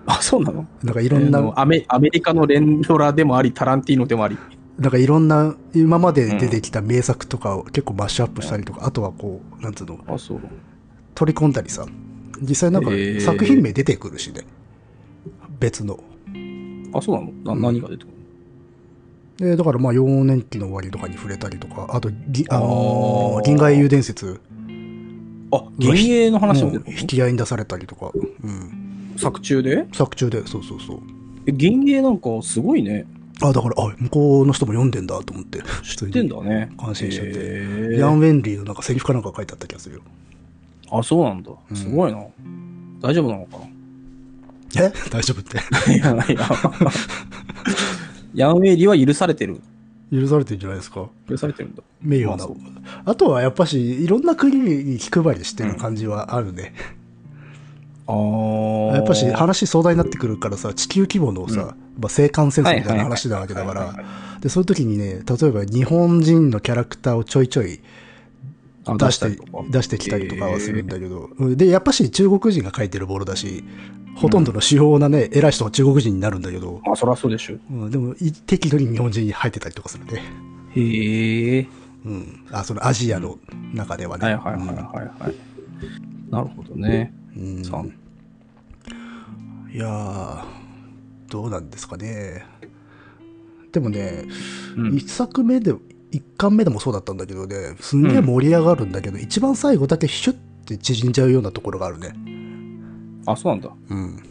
A: あ、そうなの
B: なんかいろんな、
A: あのアメアメリカの連ドラでもあり、タランティーノでもあり。
B: なんかいろんな今まで出てきた名作とかを結構マッシュアップしたりとか、あとはこうなんつうの
A: あ、そう。
B: 取り込んだりさ実際なんか
A: へー
B: 作品名出てくるしね、別の
A: あ、そうなのな、
B: うん
A: 何が出てくる
B: でだからまあ幼年期の終わりとかに触れたりとかあとぎ、あの
A: あ
B: ー
A: ー
B: 銀河英雄伝説
A: のあ、幻影の話も出
B: もう
A: て
B: 引
A: く
B: き合いに出されたりとか、うん、
A: る作中で
B: 作中でそうそうそう
A: え幻影なんかすごいね。
B: あだからあ向こうの人も読んでんだと思って知っ
A: 出てんだね。
B: 感心しちゃって
A: へー
B: ヤン・ウェンリーのなんかセリフかなんか書いてあった気がするよ
A: あ、そうなんだ
B: う。ん
A: すごいな。大丈夫なのかな
B: え 大丈夫って
A: いやいや。 ヤンウェイリは許されてる。
B: 許されてるんじゃないですか
A: 許されてるんだ。
B: 名誉
A: ま
B: な
A: あそう
B: あとはやっぱしいろんな国に気配りしてる感じはあるね、
A: あー
B: やっぱし話壮大になってくるからさ地球規模のさ、まあ、青韓戦争みたいな話なわけだか
A: はいはいはいはい
B: らでそういう時にね例えば日本人のキャラクターをちょいちょい
A: あ
B: 出して
A: りとか
B: 出してきたりとかはするんだけど、うんでやっぱし中国人が書いてるボールだしほとんどの主要なね、偉い人は中国人になるんだけど、
A: えーあ、そりゃそうでしょ。
B: うん、でもい適度に日本人に入ってたりとかするね、
A: へえ。
B: うん、あそのアジアの中ではね、
A: はいはいはいはいはい。なるほどね。
B: うん
A: さ
B: いやーどうなんですかねでもね、
A: うん
B: 一作目で一巻目でもそうだったんだけどねすんげえ盛り上がるんだけど、一番最後だけシュッて縮んじゃうようなところがあるね
A: あ、そうなんだ。
B: うん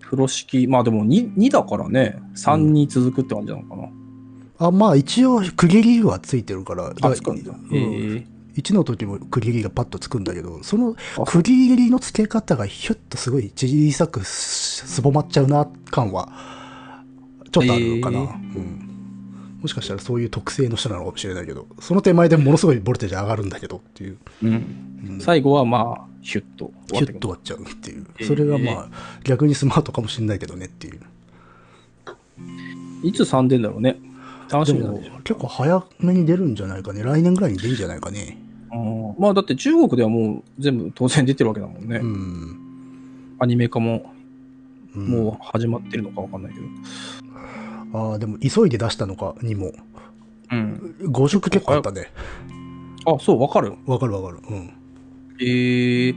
A: 風呂敷、まあでも 2, 2だからね、3に続くって感じなのかな。
B: あまあ一応区切りはついてるからだから
A: あ、つくんだ。
B: う
A: へえ
B: ん、1の時も区切りがパッとつくんだけどその
A: そう
B: 区切りのつけ方がヒュッとすごい小さくすすぼまっちゃうな感はちょっとあるのかな、
A: え
B: うん、もしかしたらそういう特性の人なのかもしれないけどその手前でものすごいボルテージ上がるんだけどっていう、
A: うん。
B: うん
A: 最後はまあ、ヒュッと終わ
B: ヒ
A: っ
B: ュ
A: てく
B: ッと
A: る
B: 終わっちゃうっていう、
A: えー
B: それがまあ逆にスマートかもしれないけどねっていう
A: いつ3出んだろうね。楽
B: で
A: しみなん
B: も
A: でしょ
B: 結構早めに出るんじゃないかね来年ぐらいに出るんじゃないかね
A: うんまあだって中国ではもう全部当然出てるわけだもんね。
B: うん、
A: アニメ化も
B: うん、
A: もう始まってるのかわかんないけど。
B: ああでも急いで出したのかにも
A: うん。
B: 5色結構あったね。
A: あ、そう、わかる。
B: わかるわかる。うん。
A: へえー。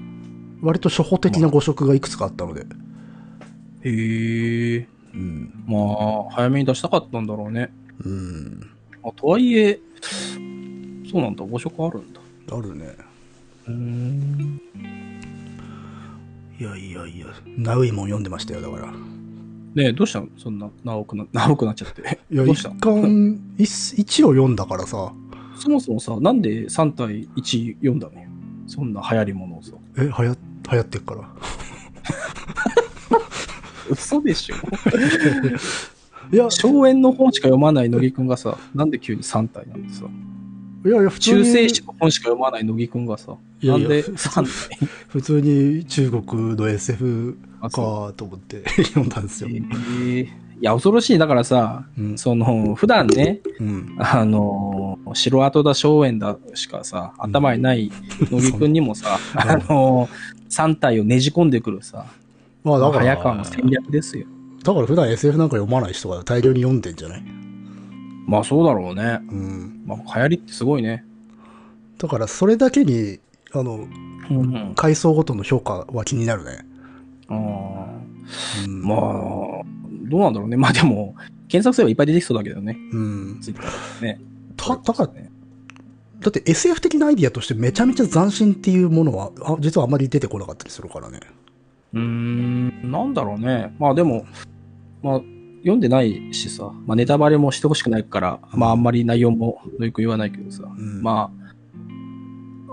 B: 割と初歩的な5色がいくつかあったので。
A: へえー。
B: うん。
A: まあ、早めに出したかったんだろうね。
B: うん。
A: あとはいえ、そうなんだ、5色あるんだ。
B: あるね。
A: うん。
B: いやいやいや、ナウイも読んでましたよ、だから。
A: ねえ、どうしたのそんな、長くな、 長くなっちゃって。
B: いや、
A: どうし
B: 一
A: た
B: 巻、一一を読んだからさ、
A: そもそもさ、なんで3対1読んだのよ。そんな流行りものをさ。
B: え、流行流行ってっから。
A: 嘘で しょ
B: いや、
A: 荘園の本しか読まない乃木くんがさ、なんで急に3体なんでさ。
B: いやいや、普通
A: 中
B: に。
A: 世史の本しか読まない乃木くんがさ、
B: いやい
A: な
B: や
A: んで
B: ふ
A: 3体
B: 普通に中国の SF
A: あ
B: か
A: そ
B: と思って 読んだんです
A: う
B: よ。
A: えーいや、恐ろしい。だからさ、
B: うん。
A: その、普段ね、
B: うん。
A: あのー、城跡だ、荘園だしかさ、頭にない乃木くんにも さ、
B: ん
A: あのー、3体をねじ込んでくるさ、
B: まあだから、
A: 早
B: だ
A: 川の戦
B: か
A: 略ですよ。
B: ら普段 SF なんか読まない人が大量に読んでんじゃない
A: まあそうだろうね。
B: うん。
A: まあ、流行りってすごいね。
B: だからそれだけに、あの、
A: うんうん、
B: 階層ごとの評価は気になるね。うん、
A: まあ、どうなんだろうね。まあでも、検索すればいっぱい出てきそうだけどね。
B: うん。
A: ツイッターでね。
B: た、だから、
A: ね。
B: だって SF 的なアイディアとしてめちゃめちゃ斬新っていうものは、あ実はあまり出てこなかったりするからね。
A: うーん、なんだろうね。まあでも、まあ、読んでないしさ、まあネタバレもしてほしくないから、まああんまり内容もよく言わないけどさ、
B: うん。あ、
A: ま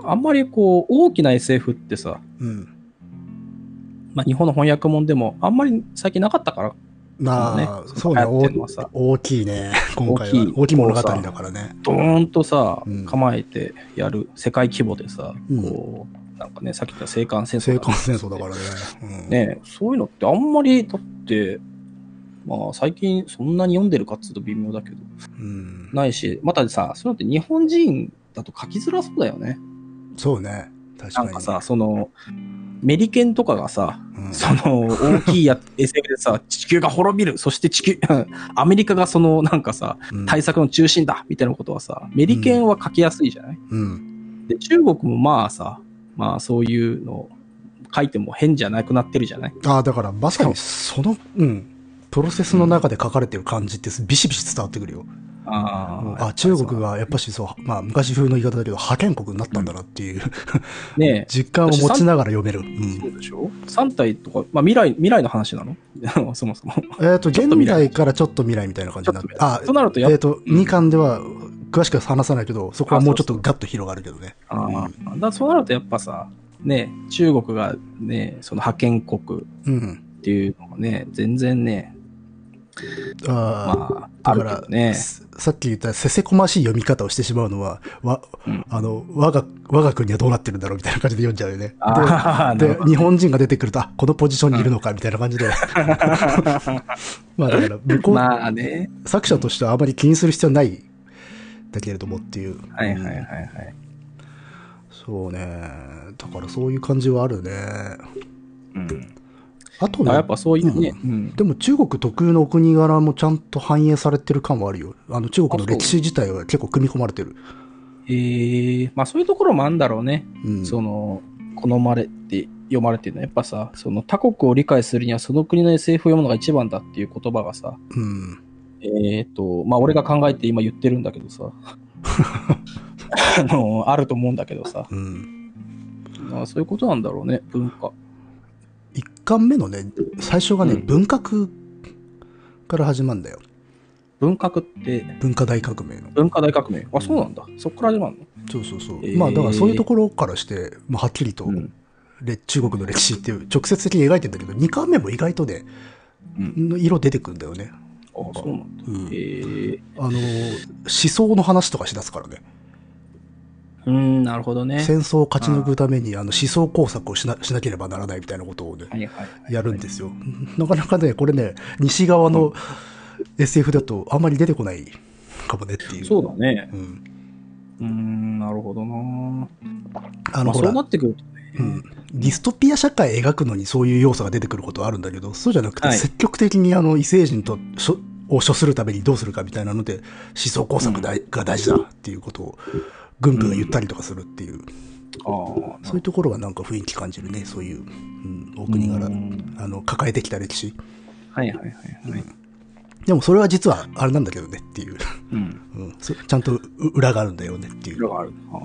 A: あ、あんまりこう、大きな SF ってさ、
B: うん。
A: まあ日本の翻訳もんでも、あんまり最近なかったから、
B: まあ、
A: ね
B: そうね、
A: 流行ってんの
B: 大
A: はさ
B: 大きいね。今回
A: 大
B: は
A: きい。
B: 大きい物語だからね。
A: ドーンとさ
B: うん、
A: 構えてやる世界規模でさ、
B: うん
A: こう、なんかね、さっき言った青韓戦争
B: 青
A: とか
B: 函戦争だからね。うん、
A: ね、そういうのってあんまり、だって、まあ最近そんなに読んでるかっつうと微妙だけど、
B: うん。
A: ないし、またさ、そういうのって日本人だと書きづらそうだよね。
B: そうね。確か
A: な
B: に。
A: んかさ、その、メリケンとかがさ、
B: うん、
A: その大き いや SF でさ、地球が滅びる、そして地球、アメリカがそのなんかさ、
B: うん
A: 対策の中心だみたいなことはさ、メリケンは書きやすいじゃない、
B: うん。
A: で、中国もまあさ、まあそういうの書いても変じゃなくなってるじゃない
B: ああ、だからまさにその、うん。プロセスの中で書かれてる感じってビシビシ伝わってくるよ。
A: あ
B: あ中国がやっぱしそう、まあ昔風の言い方だけど、覇権国になったんだなっていう、
A: ね
B: 実感を持ちながら読める。うん
A: そうでしょ ?3 体とか、まあ未来、未来の話なの そもそも。
B: えっと、
A: ちょっと未来
B: 現代からちょっと未来みたいな感じになって。あ、
A: となるとやっ
B: えっと、2巻では詳しくは話さないけど、そこはもうちょっとガッと広がるけどね。
A: あーだからそうなるとやっぱさ、ね中国がね、その覇権国
B: うん。
A: っていうのがね、全然ね、
B: あ
A: まあ、
B: あ、
A: あ
B: だ
A: る
B: か
A: けど
B: ら、
A: ね。
B: すさっき言ったせせこましい読み方をしてしまうのは、わ、
A: うん
B: あの、我が、我が国はどうなってるんだろうみたいな感 じで読んじゃうよね。
A: あー
B: で
A: なる
B: で
A: ほ、ど
B: 日本人が出てくると、あ、このポジションにいるのかみたいな感 じで。まあだから、向こう、
A: まあね。
B: 作者としてはあまり気にする必要はないだけれどもっていう。
A: はいはいはい
B: うん
A: はい。
B: そうね。だからそういう感じはあるね。
A: うん、
B: あと
A: だからや
B: ね
A: っ、ぱそういうね、うん
B: でも中国特有のお国柄もちゃんと反映されてる感はあるよ。あの中国の歴史自体は結構組み込まれてる。
A: えーまあそういうところもあるんだろうね。
B: うん。
A: その、好まれて、読まれてるのは、やっぱさ、その他国を理解するにはその国の SF を読むのが一番だっていう言葉がさ、
B: うん。
A: えっ、と、まあ俺が考えて今言ってるんだけど さ、あの、あると思うんだけどさ、
B: うん。
A: まあそういうことなんだろうね、文化。
B: 一巻目のね、最初がね、
A: うん
B: 文革から始まるんだよ。
A: 文革って、
B: 文化大革命の。
A: 文化大革命。あ、そうなんだ。そっから始まるの、
B: そうそうそう。
A: えー
B: まあだからそういうところからして、まあ、はっきりと、
A: うん
B: れ中国の歴史っていう直接的に描いてんだけど、2巻目も意外とね、
A: うん。
B: の色出てくんだよね。
A: あ、そうなんだ。
B: うん
A: えー、
B: あの、思想の話とかしだすからね。
A: うーん、なるほどね。
B: 戦争を勝ち抜くためにあの思想工作をしなしなければならないみたいなことをね、
A: はいはいはい。
B: やるんですよ。なかなかね、これね、西側の SF だとあんまり出てこないかもねっていう。
A: そうだね。
B: うん。
A: うーん、なるほどな。
B: あ
A: ま
B: の、
A: あ
B: ほ
A: そう
B: ら、
A: なってくると
B: うん、ディストピア社会描くのにそういう要素が出てくることはあるんだけど、そうじゃなくて、
A: はい
B: 積極的にあの異星人としょを処するためにどうするかみたいなので、思想工作だいが大事だっていうことを、軍部が言ったりとかするっていう、
A: ああ、
B: そういうところがなんか雰囲気感じるね、そういう、うん、お国柄、
A: うん
B: あの、抱えてきた歴史。
A: はいはいはいはい。
B: でもそれは実はあれなんだけどねっていう、
A: うん。
B: うん、そちゃんとう裏があるんだよねっていう。
A: 色がある。ああ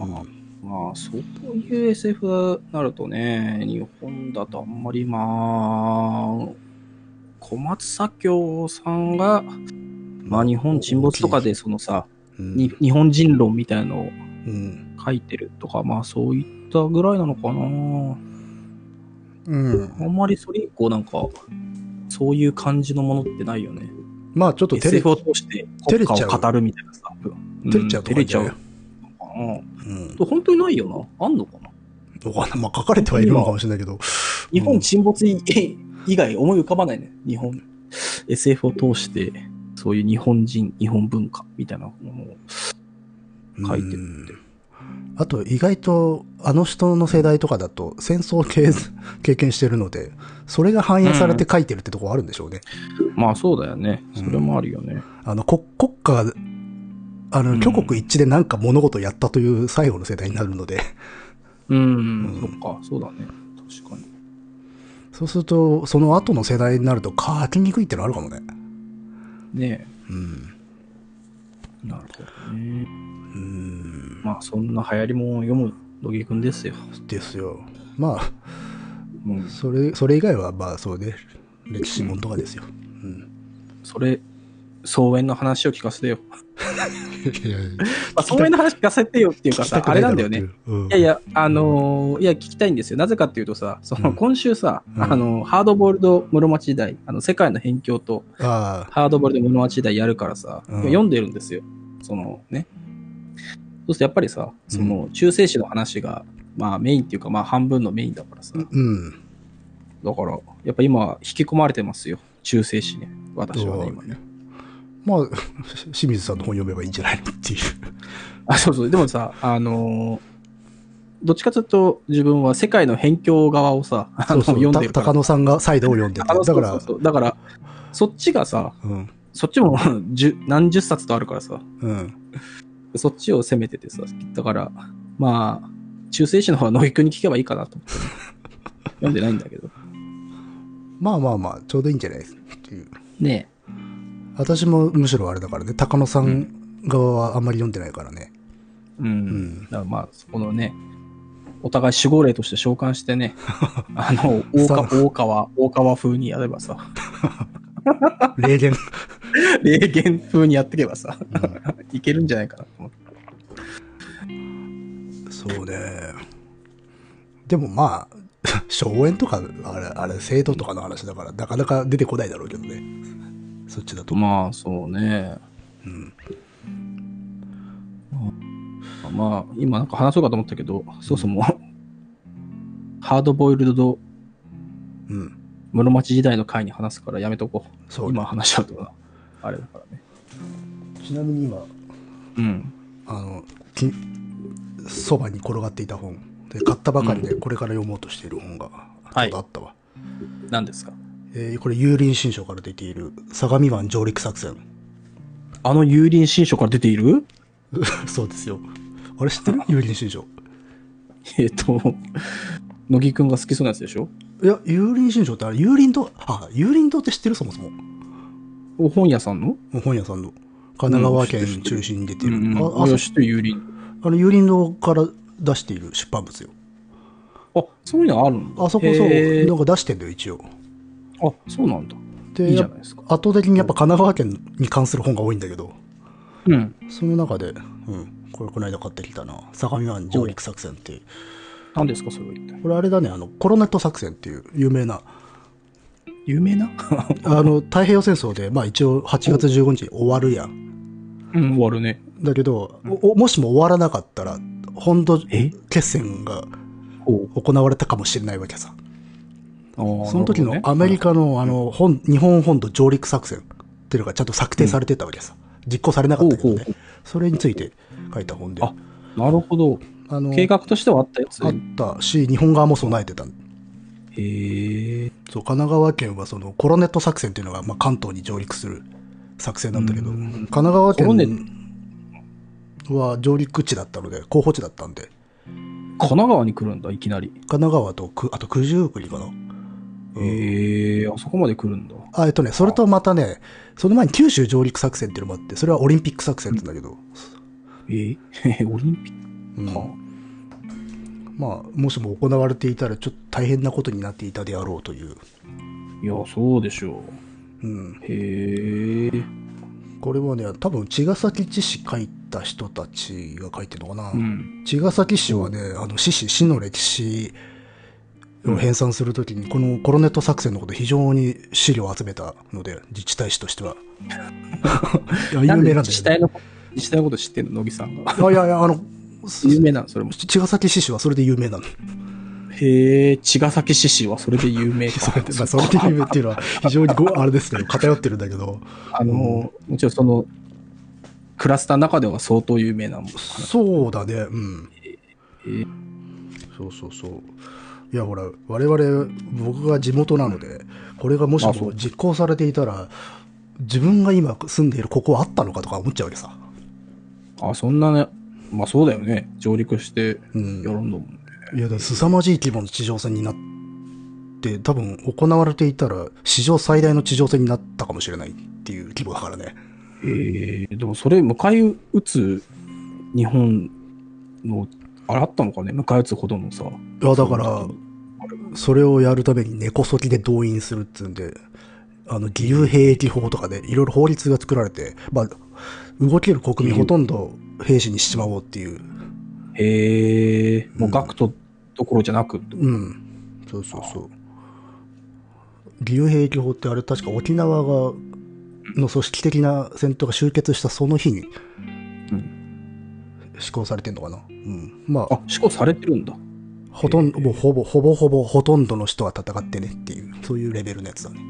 A: まあ、そういう SF になるとね、日本だとあんまりまあ、小松左京さんが、まあ日本沈没とかでそのさ、
B: うん、
A: に日本人論みたいのを
B: うん。
A: 書いてるとか、まあそういったぐらいなのかな。
B: うん。
A: あんまりそれ以降なんか、そういう感じのものってないよね。
B: まあちょっと照れ
A: SF を通して国家を語るみたいなさ。ん
B: 照れちゃうと
A: 照
B: か
A: れ
B: じ
A: ち
B: ゃ
A: ゃ
B: な
A: う
B: い
A: のかな。
B: うん。
A: 本当にないよな。あんのかな
B: どうかなまあ書かれてはいるのかもしれないけど。
A: 日本沈没以以外思い浮かばないね。日本、SF を通して、そういう日本人、日本文化みたいなものを書いてるって。
B: あと意外とあの人の世代とかだと戦争を経経験してるので、それが反映されて書いてるってところあるんでしょうね。
A: まあそうだよね。
B: う
A: そ
B: ん
A: れもあるよね。
B: あの国国家が、あ
A: う
B: の、
A: ん
B: 挙国一致でなんか物事をやったという最後の世代になるので、
A: うん、
B: うん
A: そっか、そうだね。確かに。
B: そうするとその後の世代になると書きにくいってのあるかもね。
A: ね
B: うん。
A: え。なるほどね。
B: うん。
A: まあそんな流行りもんを読む乃木くんですよ。
B: ですよ。まあ、
A: うん。
B: それ、それ以外はまあそうね、歴史もんとかですよ。うん。
A: それ、草原の話を聞かせてよ。
B: いやいや
A: まあ、草原の話聞かせてよっていうか
B: 聞きた
A: さ、
B: く
A: あ
B: い
A: れ
B: ろ
A: な
B: うんって
A: だ
B: い
A: よね。
B: う。うん
A: いやいや、あのーいや、聞きたいんですよ。なぜかっていうとさ、その、
B: うん
A: 今週さ、
B: うん
A: あの、ハードボールド室町時代、あの、世界の辺境と、
B: ああ、
A: ハードボールド室町時代やるからさ、
B: うん
A: 読んでるんですよ。その、ね。そうするとやっぱりさ、その、中世史の話が、まあ、メインっていうか、まあ、半分のメインだからさ、だか
B: うん。
A: ら、やっぱ今、引き込まれてますよ。中世史ね。私はね、今ね。
B: まあ、清水さんの本読めばいいんじゃないのっていう。
A: あ、そうそう。でもさ、あのーどっちかというと、自分は世界の辺境側をさ、あの読んでる
B: た
A: から
B: 高野さんがサイドを読んでて。
A: あの
B: だから、
A: そうそうそうだから、そっちがさ、
B: うん。
A: そっちも 十何十冊とあるからさ、
B: うん。
A: そっちを攻めててさ、だから、まあ、中世史の方は野木くんに聞けばいいかなと思って、 読んでないんだけど。
B: まあまあまあ、ちょうどいいんじゃないですかっていう。
A: ね
B: 私もむしろあれだからね、高野さん側はあんまり読んでないからね。
A: え。うん。
B: ん
A: だからまあ、そこのね、お互い守護霊として召喚して ね、あの、大
B: さ
A: 川、大川、大川風にやればさ、
B: 霊言。
A: 霊言風にやってけばさ、いけるんじゃないかなと思って。
B: そうね。でもまあ、荘園とか、あれ、あれ、制度とかの話だから、なかなか出てこないだろうけどね。そっちだと。
A: まあ、そうね。
B: うん。
A: まあ、今なんか話そうかと思ったけど、そもそも、 ハードボイルド
B: うん。
A: 室町時代の回に話すからやめとこう。
B: そう。
A: 今話しちゃうとな。あれだからね。
B: ちなみに今、
A: うん。
B: あの、きそばに転がっていた本で買ったばかりでこれから読もうとしている本がちょ
A: は
B: っ
A: い
B: とあったわ、
A: 何ですか
B: えーこれ「幽林新書」から出ている「相模湾上陸作戦
A: あの幽林新書から出ている」
B: そうですよあれ知ってる幽林新書
A: えっと、乃木くんが好きそうなやつでしょ
B: いや幽林新書ってあれ幽林堂あ幽林堂って知ってるそもそも
A: お本屋さんの
B: 本屋さんの神奈川
A: うん知って
B: 県
A: る知ってる
B: 中心に出ている、
A: あ
B: ああ
A: あ、
B: そ
A: よ
B: う
A: しと幽林。
B: あの幽林堂から出している出版物よ
A: あ、そういうのあるんだ。
B: あそこそう
A: へー
B: なんか出してんだよ一応
A: あ、そうなんだ。
B: で
A: いいじゃないですか
B: 圧倒的にやっぱ神奈川県に関する本が多いんだけど
A: うん。
B: その中で、うん、これこの間買ってきたな相模湾上陸作戦っていう
A: 何ですか、それは一体。
B: これあれだねあのコロネット作戦っていう有名 な
A: 有名な
B: あの太平洋戦争で、まあ、一応8月15日に終わるやん
A: うん、終わるね。
B: だけどおおもしも終わらなかったら本土
A: え
B: 決戦が
A: ほう。
B: 行われたかもしれないわけさ
A: あー
B: その時
A: な
B: の
A: るほ
B: ア
A: どね
B: メリカのあの本日本本土上陸作戦っていうのがちゃんと策定されてたわけさ実行されなかったけど
A: ほう
B: ね
A: ほう
B: それについて書いた本で
A: あなるほど。
B: あの
A: 計画としてはあったやつ。
B: あったし日本側も備えてた
A: へえ。
B: そう神奈川県はそのコロネット作戦っていうのがまあ関東に上陸する作戦なんだけど、
A: うん
B: 神奈川
A: コロネ
B: 県は上陸地だったので、候補地だったんで、
A: 神奈川に来るんだ、いきなり。
B: 神奈川とく、あと九十九里かな。うん
A: へえ、あそこまで来るんだ。
B: あえっとね、それとまたね、その前に九州上陸作戦っていうのもあって、それはオリンピック作戦って言うんだけど、
A: えー、 オリンピッ
B: うん
A: クか。
B: まあ、もしも行われていたら、ちょっと大変なことになっていたであろうという、
A: いや、そうでしょ
B: うん、
A: う。へえ。
B: これはね、多分茅ヶ崎知事書いた人たちが書いてるのかな。
A: うん。
B: 茅ヶ崎市はね、あの市史、市の歴史を編纂するときに、このコロネット作戦のこと、非常に資料を集めたので、自治体史とし ては。いや有名な
A: なんんで
B: だよ、ね。
A: 自治体の、自治体のこと知ってんの、乃木さんが。
B: あいやいや、あの、す
A: 有名なの、それも。
B: 茅ヶ崎市史はそれで有名なの。
A: へえ、茅ヶ崎市市はそれで有名
B: そ
A: か
B: れでまあ、それで有名っていうのは、非常にご、あれですけど、偏ってるんだけど。
A: あの、もちろんその、クラスターの中では相当有名なもん。
B: そうだね、うん。
A: え
B: そうそうそう。いや、ほら、我々、僕が地元なので、これがもし
A: あそ
B: も
A: う
B: 実行されていたら、自分が今住んでいるここはあったのかとか思っちゃうわけさ。
A: あ、そんなね、まあそうだよね。上陸して、
B: うん。い
A: や
B: や
A: るんだもんね。、
B: だから凄まじい規模の地上戦になって、多分行われていたら、史上最大の地上戦になったかもしれないっていう規模だからね。
A: えーでもそれ、迎え撃つ日本の、あれあったのかね迎え撃つほどのさ。
B: いや、だから、それをやるために根こそぎで動員するっつうんで、あの、義勇兵役法とかで、いろいろ法律が作られて、まあ、動ける国民ほとんど兵士にしちまおうっていう。
A: へえもううん学徒どころじゃなくって、
B: うん。そうそうそう。義勇兵役法ってあれ確か沖縄が、の組織的な戦闘が終結したその日に
A: うん
B: 施行されてんのかな。うん。まあ、
A: あ、施行されてるんだ。
B: ほとんど、もうほぼ、ほぼほぼほとんどの人が戦ってねっていう、そういうレベルのやつだね。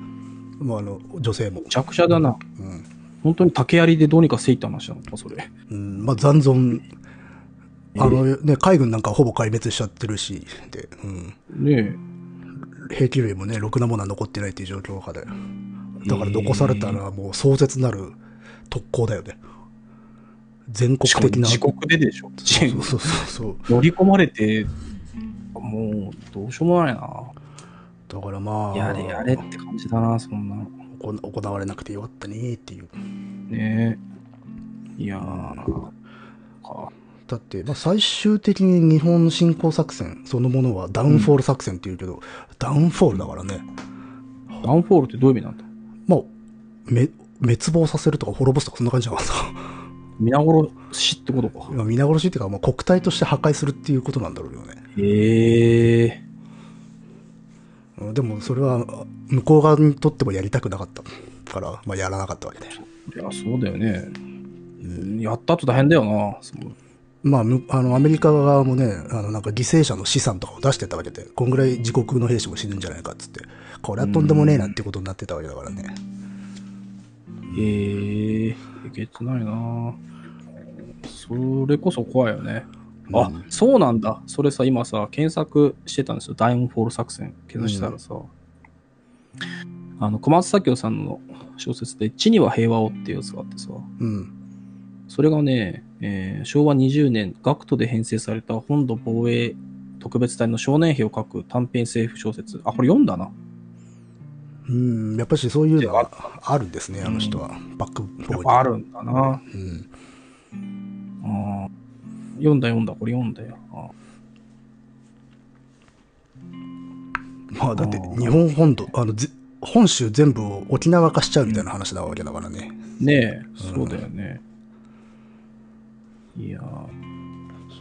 B: まあ、あの、女性も。
A: 弱者だな。
B: うん。
A: 本当に竹槍でどうにかせいた話なのか、それ。
B: うん、まあ残存、
A: えー
B: あのね、海軍なんかほぼ壊滅しちゃってるし、で、うん、
A: ね
B: 兵器類もね、ろくなものは残ってないっていう状況下で、だから残されたらもう壮絶なる特攻だよね。全
A: え。
B: 国
A: しかも
B: 的な。
A: 自国ででしょ。
B: そうそうそうそう。
A: 乗り込まれて、もう、どうしようもないな。
B: だからまあ、
A: やれやれって感じだな、そんなの。
B: 行行われなくてよかったねっていう。
A: ねえ。いやー。か
B: だって、まあ、最終的に日本侵攻作戦そのものはダウンフォール作戦っていうけど、ダウンフォールだからね。
A: ダウンフォールってどういう意味なんだ
B: まあ、め滅亡させるとか滅ぼすとかそんな感じじゃなかった
A: 皆殺しってことか。
B: まあ皆殺しっていうか、まあ、国体として破壊するっていうことなんだろうよね。
A: へえ。
B: うんでもそれはあ向こう側にとってもやりたくなかったから、まあ、やらなかったわけで。
A: いや、そうだよね。うんやった後大変だよな。そう
B: まあ、むあのアメリカ側もね、あのなんか犠牲者の資産とかを出してたわけで、こんぐらい自国の兵士も死ぬんじゃないかっつって、これはとんでもねえなってことになってたわけだからね。
A: へえ。えげつないな。それこそ怖いよね。あ、
B: うん
A: そうなんだ。それさ、今さ、検索してたんですよ。ダイオンフォール作戦。検索したらさ、あの、小松左京さんの小説で、地には平和をっていうやつがあってさ、
B: うん。
A: それがね、えー昭和20年、学徒で編成された本土防衛特別隊の少年兵を書く短編政府小説。あ、これ読んだな。
B: うん、やっぱりそういうのはあるんですね、あの人は。バックボ
A: や
B: ー
A: っ
B: イ
A: ぱあるんだな。
B: うん。
A: あー読んだ読んだ、これ読んだよ。あ
B: まあだって日本本土、あのぜ本州全部を沖縄化しちゃうみたいな話なわけだからね。
A: ーねえ、
B: うん
A: そうだよね。いやー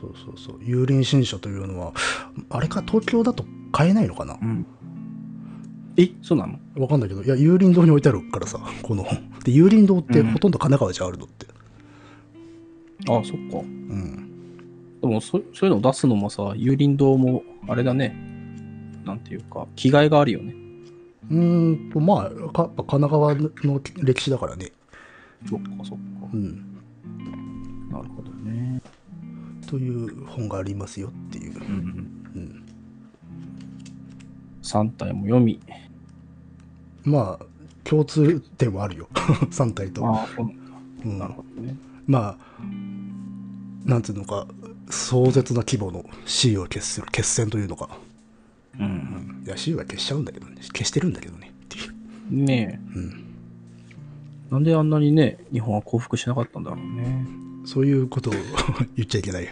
B: そうそうそう幽霊新書というのはあれか東京だと買えないのかな
A: うん。え、そうなの
B: わかんないけどいや幽霊堂に置いてあるからさこの本で幽霊堂って
A: うん
B: ほとんど神奈川じゃあるのって
A: あそっか。
B: うん、
A: でもそ、そういうのを出すのもさ、有林堂も、あれだね。なんていうか、気概があるよね。
B: うーんとまあかやっぱ神奈川の歴史だからね
A: そっか、そっか。
B: うん
A: なるほどね。
B: という本がありますよっていう、
A: うんうん。
B: うん、
A: 3体も読み。
B: まあ共通点はあるよ。3体 と。
A: ああ、そうなんだ
B: うん
A: なるほどね。
B: まあ、なんていうのか、壮絶な規模の C を決する決戦というのか。
A: うん。
B: いや、C は消しちゃうんだけどね。消してるんだけどね。っていう。
A: ねえ。
B: うん。
A: なんであんなにね、日本は降伏しなかったんだろうね。
B: そういうことを言っちゃいけないよ。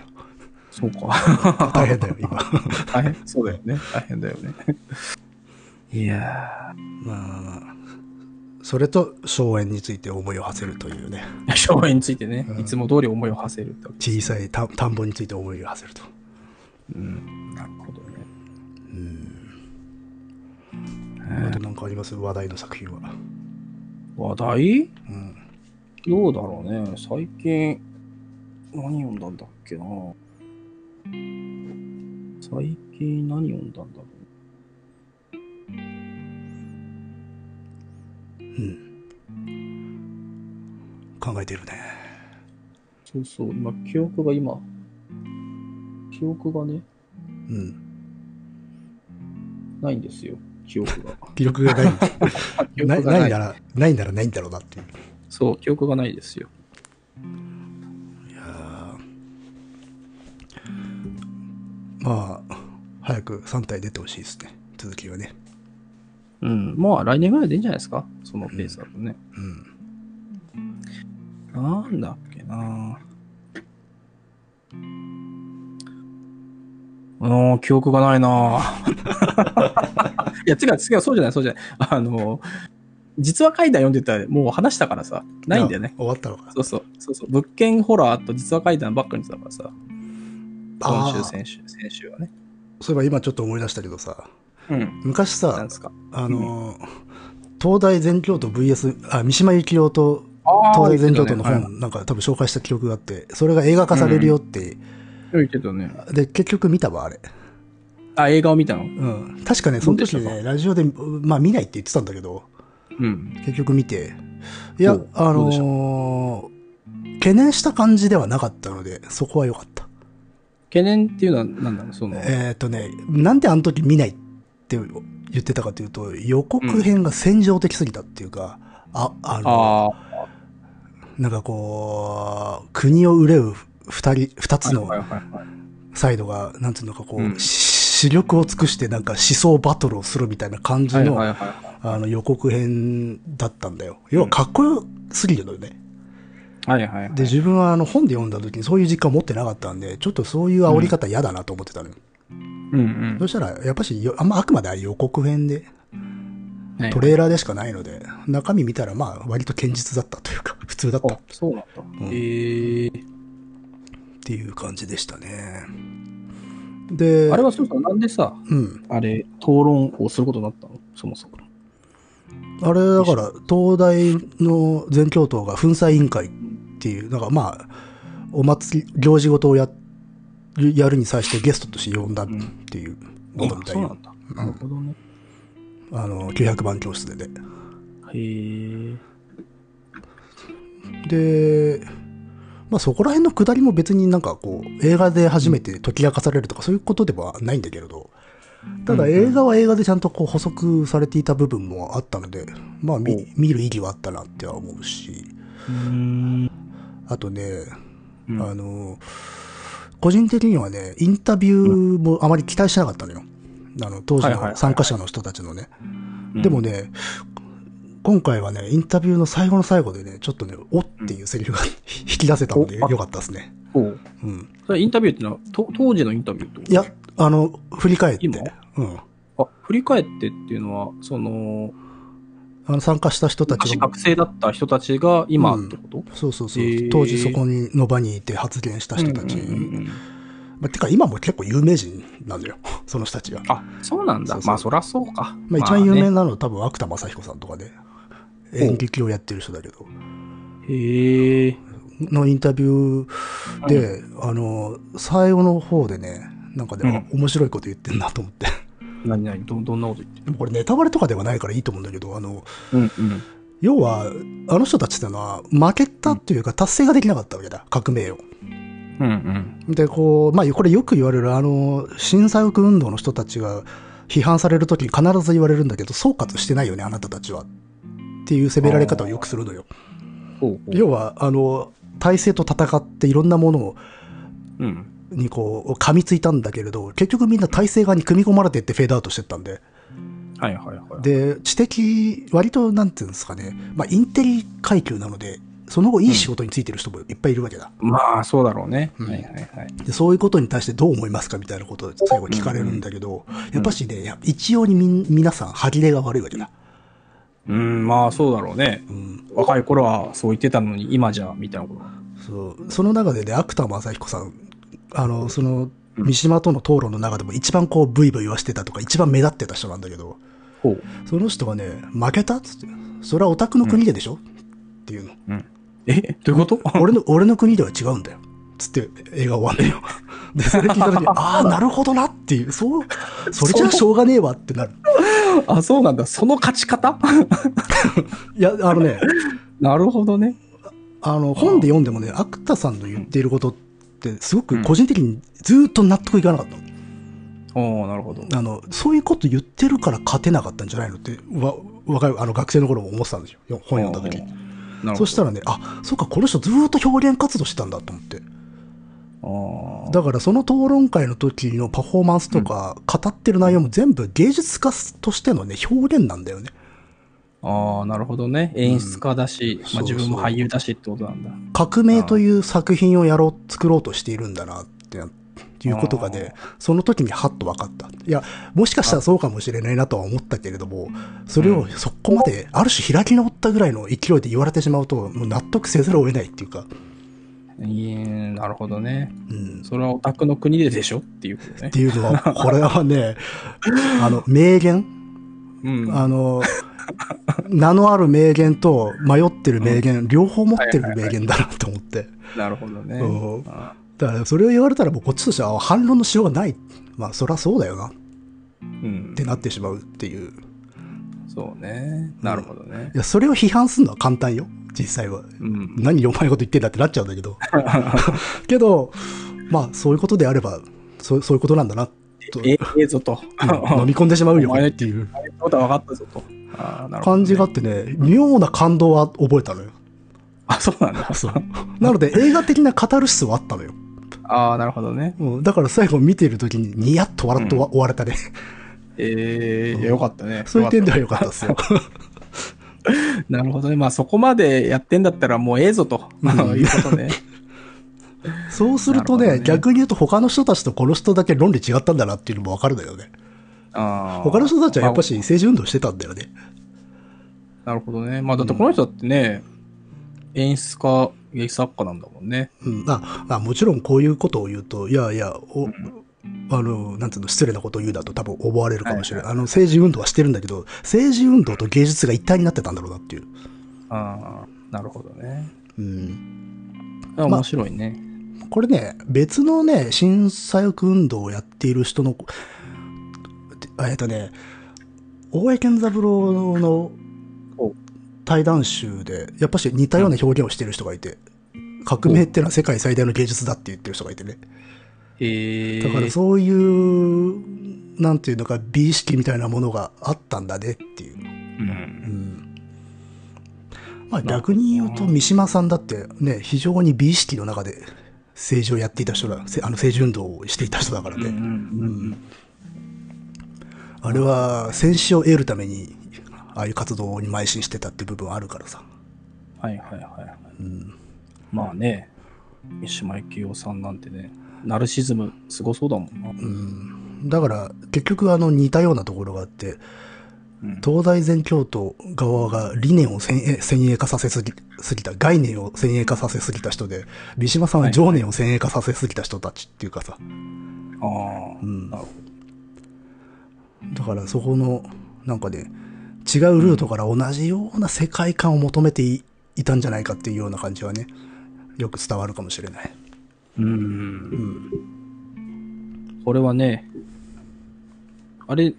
A: そうか。
B: 大変だよ、今。
A: 大変そうだよね。大変だよね。 いや
B: まあ、それと、荘園について思いを馳せるというね。
A: ー、昭和についてね、いつも通り思いを馳せるってわけ
B: 小さい田田んぼについて思いを馳せると。
A: うん。なるほどね。
B: あとなんかあります話題の作品は。
A: 話題
B: うん。
A: どうだろうね。最近、何読んだんだっけな。最近何読んだんだろ
B: 考えてるね。
A: う。そうそう、今、記憶が今、記憶がね、
B: うん。
A: ないんですよ。記憶が。
B: 記録がない。
A: 記
B: な
A: 憶が
B: ないなら、ないならないんだろうなっていう。
A: そう、記憶がないですよ。
B: いやーまあ、早く3体出てほしいですね。続きはね。
A: うん。まあ、来年ぐらいでいいんじゃないですかそのペースだとね。
B: うん。
A: なんだっけなあの記憶がない ないや、違う、違う、そうじゃない、そうじゃない。あの実話怪談読んでたら、もう話したからさ、ないんだよね
B: あ。終わったのか。
A: そうそう、そうそう、物件ホラーと実話怪談ばっかりだからさ、今
B: あ
A: 週、
B: ー
A: 先週、先週はね。
B: そういえば今ちょっと思い出したけどさ、
A: うん。
B: 昔
A: な
B: さ
A: んで、すか。
B: あのー、東大全教徒 VS、あ、三島由紀夫と東大全教徒の
A: はい
B: 本なんか多分紹介した記憶があって、それが映画化されるよって、
A: 言ってたね。
B: で、結局見たわ、あれ。
A: あ、映画を見たの
B: うん。確かね、その時
A: どうで
B: ね、ラジオで、まあ見ないって言ってたんだけど、
A: うん。
B: 結局見て、いや
A: どう、
B: あ
A: どうでし
B: のー懸念した感じではなかったので、そこは良かった。
A: 懸念っていうのは何なのその、
B: えっ、とね、なんであの時見ないって言ってたかというと、予告編が戦場的すぎたっていうか、あ、あの、
A: あ
B: なんかこう、国を憂う二人、二
A: あ、
B: つの
A: はいはいはいはい。
B: サイドが、なんていうのかこう、
A: うん
B: し死力を尽くしてなんか思想バトルをするみたいな感じ
A: はい
B: の、
A: はいはい。
B: あの予告編だったんだよ。要はかっこよすぎるのよね。
A: はいはいはい。
B: で、自分はあの本で読んだ時にそういう実感を持ってなかったんで、ちょっとそういう煽り方嫌だなと思ってたのよ。
A: うんうん
B: そしたら、やっぱしよ、あんまあくまであれ予告編で、
A: はい
B: トレーラーでしかないので、中身見たらまあ割と堅実だったというか、普通だった
A: あ
B: っ、
A: そうなんだ。
B: ん
A: えー
B: ていう感じでしたね。で、
A: あれはそうさ、なんでさ、
B: うん。
A: あれ、討論をすることになったのそもそも。
B: あれだから、東大の全教頭が粉砕委員会っていう、なんかまあ、お祭り、行事ごとをや、やるに際してゲストとして呼んだっていうものみ
A: あ
B: たい
A: そう
B: な
A: な。んだ。なるほどね。
B: あの、900番教室でね。
A: へえ。
B: で、まあそこら辺の下りも別になんかこう、映画で初めて解き明かされるとかそういうことではないんだけれど、ただ
A: うんうん
B: 映画は映画でちゃんとこう補足されていた部分もあったので、まあ
A: お
B: 見見る意義はあったなっては思うし、
A: うーん。
B: あとね、
A: うん
B: あの、個人的にはね、インタビューもあまり期待してなかったのよ。あの、当時
A: はいはいはいは
B: の
A: い
B: 参加者の人たちのね。でもね、今回はね、インタビューの最後の最後でね、ちょっとね、おっていうセリフが 引き出せたので、
A: おあ
B: よかったですね。
A: そう。
B: うん。
A: それインタビューってのは、と当時のインタビューってこと
B: いや、あの、振り返って、
A: 今
B: うん。
A: あ、振り返ってっていうのは、その、
B: あの、参加した人た
A: 昔
B: ちが、
A: 学生だった人たちが今ってこと
B: そうそうそう、
A: へー
B: 当時そこに、の場にいて発言した人たち。
A: うんうんうんうん
B: まあ、てか、今も結構有名人なんだよ、 その人たちが。
A: あ、そうなんだ
B: そう。そう
A: まあ、そらそうか。
B: まあ、一番有名
A: ね
B: なのは多分、芥田正彦さんとかで、
A: う
B: 演劇をやってる人だけど、
A: へえ。
B: のインタビューで、あの、最後の方でね、なんかね、面白いこと言ってんなと思って。
A: 何々、どどんなこと言って
B: でもこれネタバレとかではないからいいと思うんだけど、あの、
A: うんうん。
B: 要は、あの人たちってのは、負けたというか達成ができなかったわけだ、革命を。
A: うんうん。
B: で、こう、まあ、これよく言われる、あの、新左翼運動の人たちが批判されるときに必ず言われるんだけど、総括してないよね、あなたたちは。っっていう責められ方をよくするのよ。
A: ほうほう
B: 要は、あの、体制と戦っていろんなものを
A: うん。
B: にこう噛みついたんだけれど結局みんな体制側に組み込まれてってフェードアウトしてったんで
A: はいはいはい。
B: で知的割となんていうんですかね、まあ、インテリ階級なのでその後いい仕事についてる人もいっぱいいるわけだ、
A: まあ、そうだろうね。
B: うん
A: はいはいはい。
B: でそういうことに対してどう思いますかみたいなことを最後聞かれるんだけど、やっぱしねいや一様にみん皆さん歯切れが悪いわけだ、
A: うん、まあ、そうだろうね。
B: うん、
A: 若い頃はそう言ってたのに、今じゃ、みたいなこと。
B: そうその中でね芥間朝彦さんあのその三島との討論の中でも一番こうブイブイ言わしてたとか一番目立ってた人なんだけど、
A: ほう。
B: その人はね、負けたっつって、それはオタクの国ででしょ、っていうの。
A: うん。え、どういうこと
B: 俺の、俺の国では違うんだよ。つって映画終わんのよ。で、それ聞いた時 に、ああ、なるほどなっていう、そう、それじゃしょうがねえわってなる。
A: あ、そうなんだ。その勝ち 方
B: いや、あのね、
A: なるほどね。
B: あの、本で読んでもね、アクタさんの言っていることって、すごく個人的にずーっと納得いかなかったの。
A: おおなるほど。
B: あの、そういうこと言ってるから勝てなかったんじゃないのって、わ、わかる、あの、学生の頃も思ってたんですよ。よ本読んだ時
A: おーなるほ
B: そ
A: ど。
B: したらね、あ、そうか、この人ずーっと表現活動してたんだと思って。
A: あ
B: だからその討論会の時のパフォーマンスとか語ってる内容も全部芸術家としてのね表現なんだよね
A: あああ、なるほどね。演出家だし、
B: うん
A: まあ、
B: そうそう
A: 自分も俳優だしってことなんだ。
B: 革命という作品をやろう作ろうとしているんだなってなっていうことがねその時にハッと分かったいやもしかしたらそうかもしれないなとは思ったけれどもそれをそこまである種開き直ったぐらいの勢いで言われてしまうともう納得せざるを得ないっていうか、
A: いえなるほどね。
B: うん、
A: それはオタクの国ででしょっていうことね
B: っ。ていうのはこれ はねあの名言
A: うん。
B: あの、名のある名言と迷ってる名言、両方持ってる名言だなと思って。
A: なるほどね。
B: うん
A: あ
B: だからそれを言われたらもうこっちとしてはあ反論のしようがない。まあそりゃそうだよなっ
A: うん
B: て。なってしまうっていう。
A: そうね。なるほどね
B: い。や、それを批判するのは簡単よ。実際は。
A: うん。
B: 何お前のこと言ってんだってなっちゃうんだけ ど。けど、まあそういうことであれば、そうそういうことなんだなと。
A: えええぞと。
B: うん飲み込んでしまうよ
A: お前
B: っていう
A: ことは分かったぞと。ああ、なるほど、ね。
B: 感じがあってね、妙な感動は覚えたのよ。
A: あ、そうなんだ。
B: そう。なので映画的なカタルシスはあったのよ。
A: ああ、なるほどね。
B: うん、だから最後見てるときにニヤッと笑って終われたね。
A: ええいや、よかったね。
B: そういう点では
A: よ
B: 良かったですよ。
A: かったなるほどね。まあ、そこまでやってんだったら、もうええぞと。
B: うん
A: いうこと ね。
B: そうすると
A: な
B: ね
A: るほどね
B: 逆に言うと他の人たちとこの人だけ論理違ったんだなっていうのもわかるんだよね。
A: ああ
B: 他の人たちはやっぱし政治運動してたんだよね。
A: なるほどね。まあ、だってこの人だってね、演出家、劇作家なんだもんね。
B: うん、ああもちろんこういうことを言うと、いやいや、おあの、なんていうの、失礼なことを言うだと多分思われるかもしれない。あの、政治運動はしてるんだけど、政治運動と芸術が一体になってたんだろうなっていう。
A: ああ、なるほどね。
B: うん、
A: あ面白いね。
B: これね、別のね、新左翼運動をやっている人の、えっとね、大江健三郎の
A: お対
B: 対談集で、やっぱし似たような表現をしている人がいて、革命ってのは世界最大の芸術だって言ってる人がいてね。
A: ええ
B: だからそういう、なんていうのか、美意識みたいなものがあったんだねっていう。
A: うん。
B: まあ逆に言うと、三島さんだってね、非常に美意識の中で政治をやっていた人だ、せあの政治運動をしていた人だから
A: うんう
B: ね。
A: ん
B: あれは戦死を得るために、ああいう活動に邁進してたっていう部分はあるからさ。
A: うんはいはいはいはい。
B: うん。
A: まあね、三島由紀夫さんなんてね、ナルシズムすごそうだもんな。
B: うん、だから結局あの似たようなところがあって、
A: うん
B: 東大全教徒側が理念を先鋭先鋭化させすぎすぎた、概念を先鋭化させすぎた人で、三島さんは情念を先鋭化させすぎた人たちっていうかさ。
A: ああ、
B: うん
A: なるほ
B: だからそこの、なんかね、違うルートから同じような世界観を求めていいたんじゃないかっていうような感じはね、よく伝わるかもしれない。
A: ど。うん。これはね、あれ、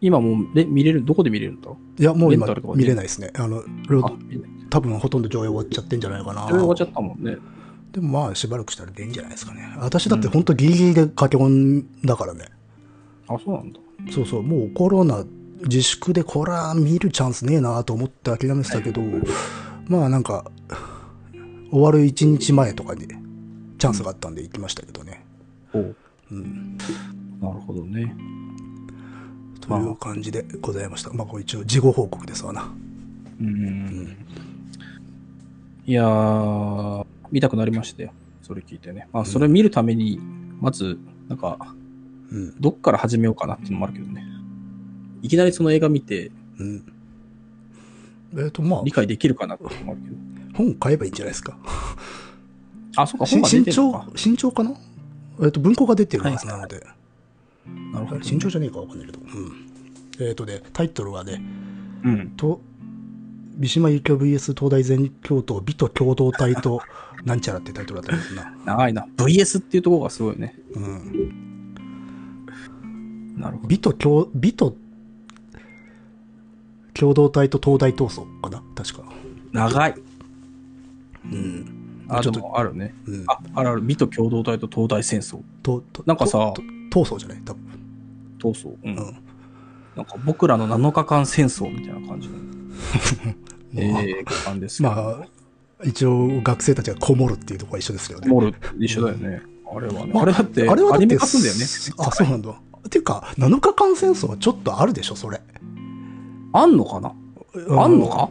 A: 今もうで見れる、どこで見れるんだろ
B: いや、もう今
A: レンタルとかね
B: 見れないですね。あの、
A: う
B: ロ
A: あ、見れない。
B: 多分ほとんど上映終わっちゃってんじゃないかな。
A: それ終わっちゃったもんね。
B: でもまあ、しばらくしたらでいいんじゃないですかね。私だって本当ギリギリで駆け込んだからね。
A: あ、そうなんだ。
B: そうそう、もうコロナ自粛でこら見るチャンスねえなと思って諦めてたけど、まあなんか終わる1日前とかにチャンスがあったんで行きましたけどね、
A: おう
B: うん、
A: なるほどね。
B: という感じでございましたまあこれ一応事後報告ですわな
A: うん。いやー、見たくなりましたよ。それ聞いてね。まあ、それ見るために、まず、なんか、
B: うん
A: どっから始めようかなっていうのもあるけどね。いきなりその映画見て、
B: うんえっ、とまあ
A: 理解できるかなっていうのもあるけど。
B: 本買えばいいんじゃないですか
A: あ、そうか、
B: し
A: 本が出
B: 新
A: てるのか
B: 潮。新潮かなえっ、と文庫が出てるはずなので、
A: なるほど、ね。
B: 新潮じゃねえかわかんないけど、うん、えっ、とねタイトルはね
A: うん。
B: と三島由紀夫 VS 東大全教頭美と共同体と なんちゃらってタイトルだったんですな、
A: 長いな。VS っていうところがすごいね。
B: うん、
A: なるほど。
B: 美と共美と共同体と東大闘争かな確か
A: 長い。
B: うん
A: あ、
B: ち
A: で
B: ょっと
A: もあるね。
B: うん
A: あ、あるある。美と共同体と東大戦争。
B: とと
A: なんかさ
B: とと闘争じゃない多分
A: 闘争。うん。
B: うん
A: なんか、僕らの7日間戦争みたいな感じの、えー、感ですけど。
B: まあ一応学生たちがこもるっていうところは一緒ですけどね
A: モル一緒だよね。あれはね。
B: まあ
A: あれだって、
B: あれはだ
A: ア
B: って
A: ニメ化すんだよね。
B: あそうなんだっていうか7日間戦争はちょっとあるでしょそれ
A: あんのかなあんのか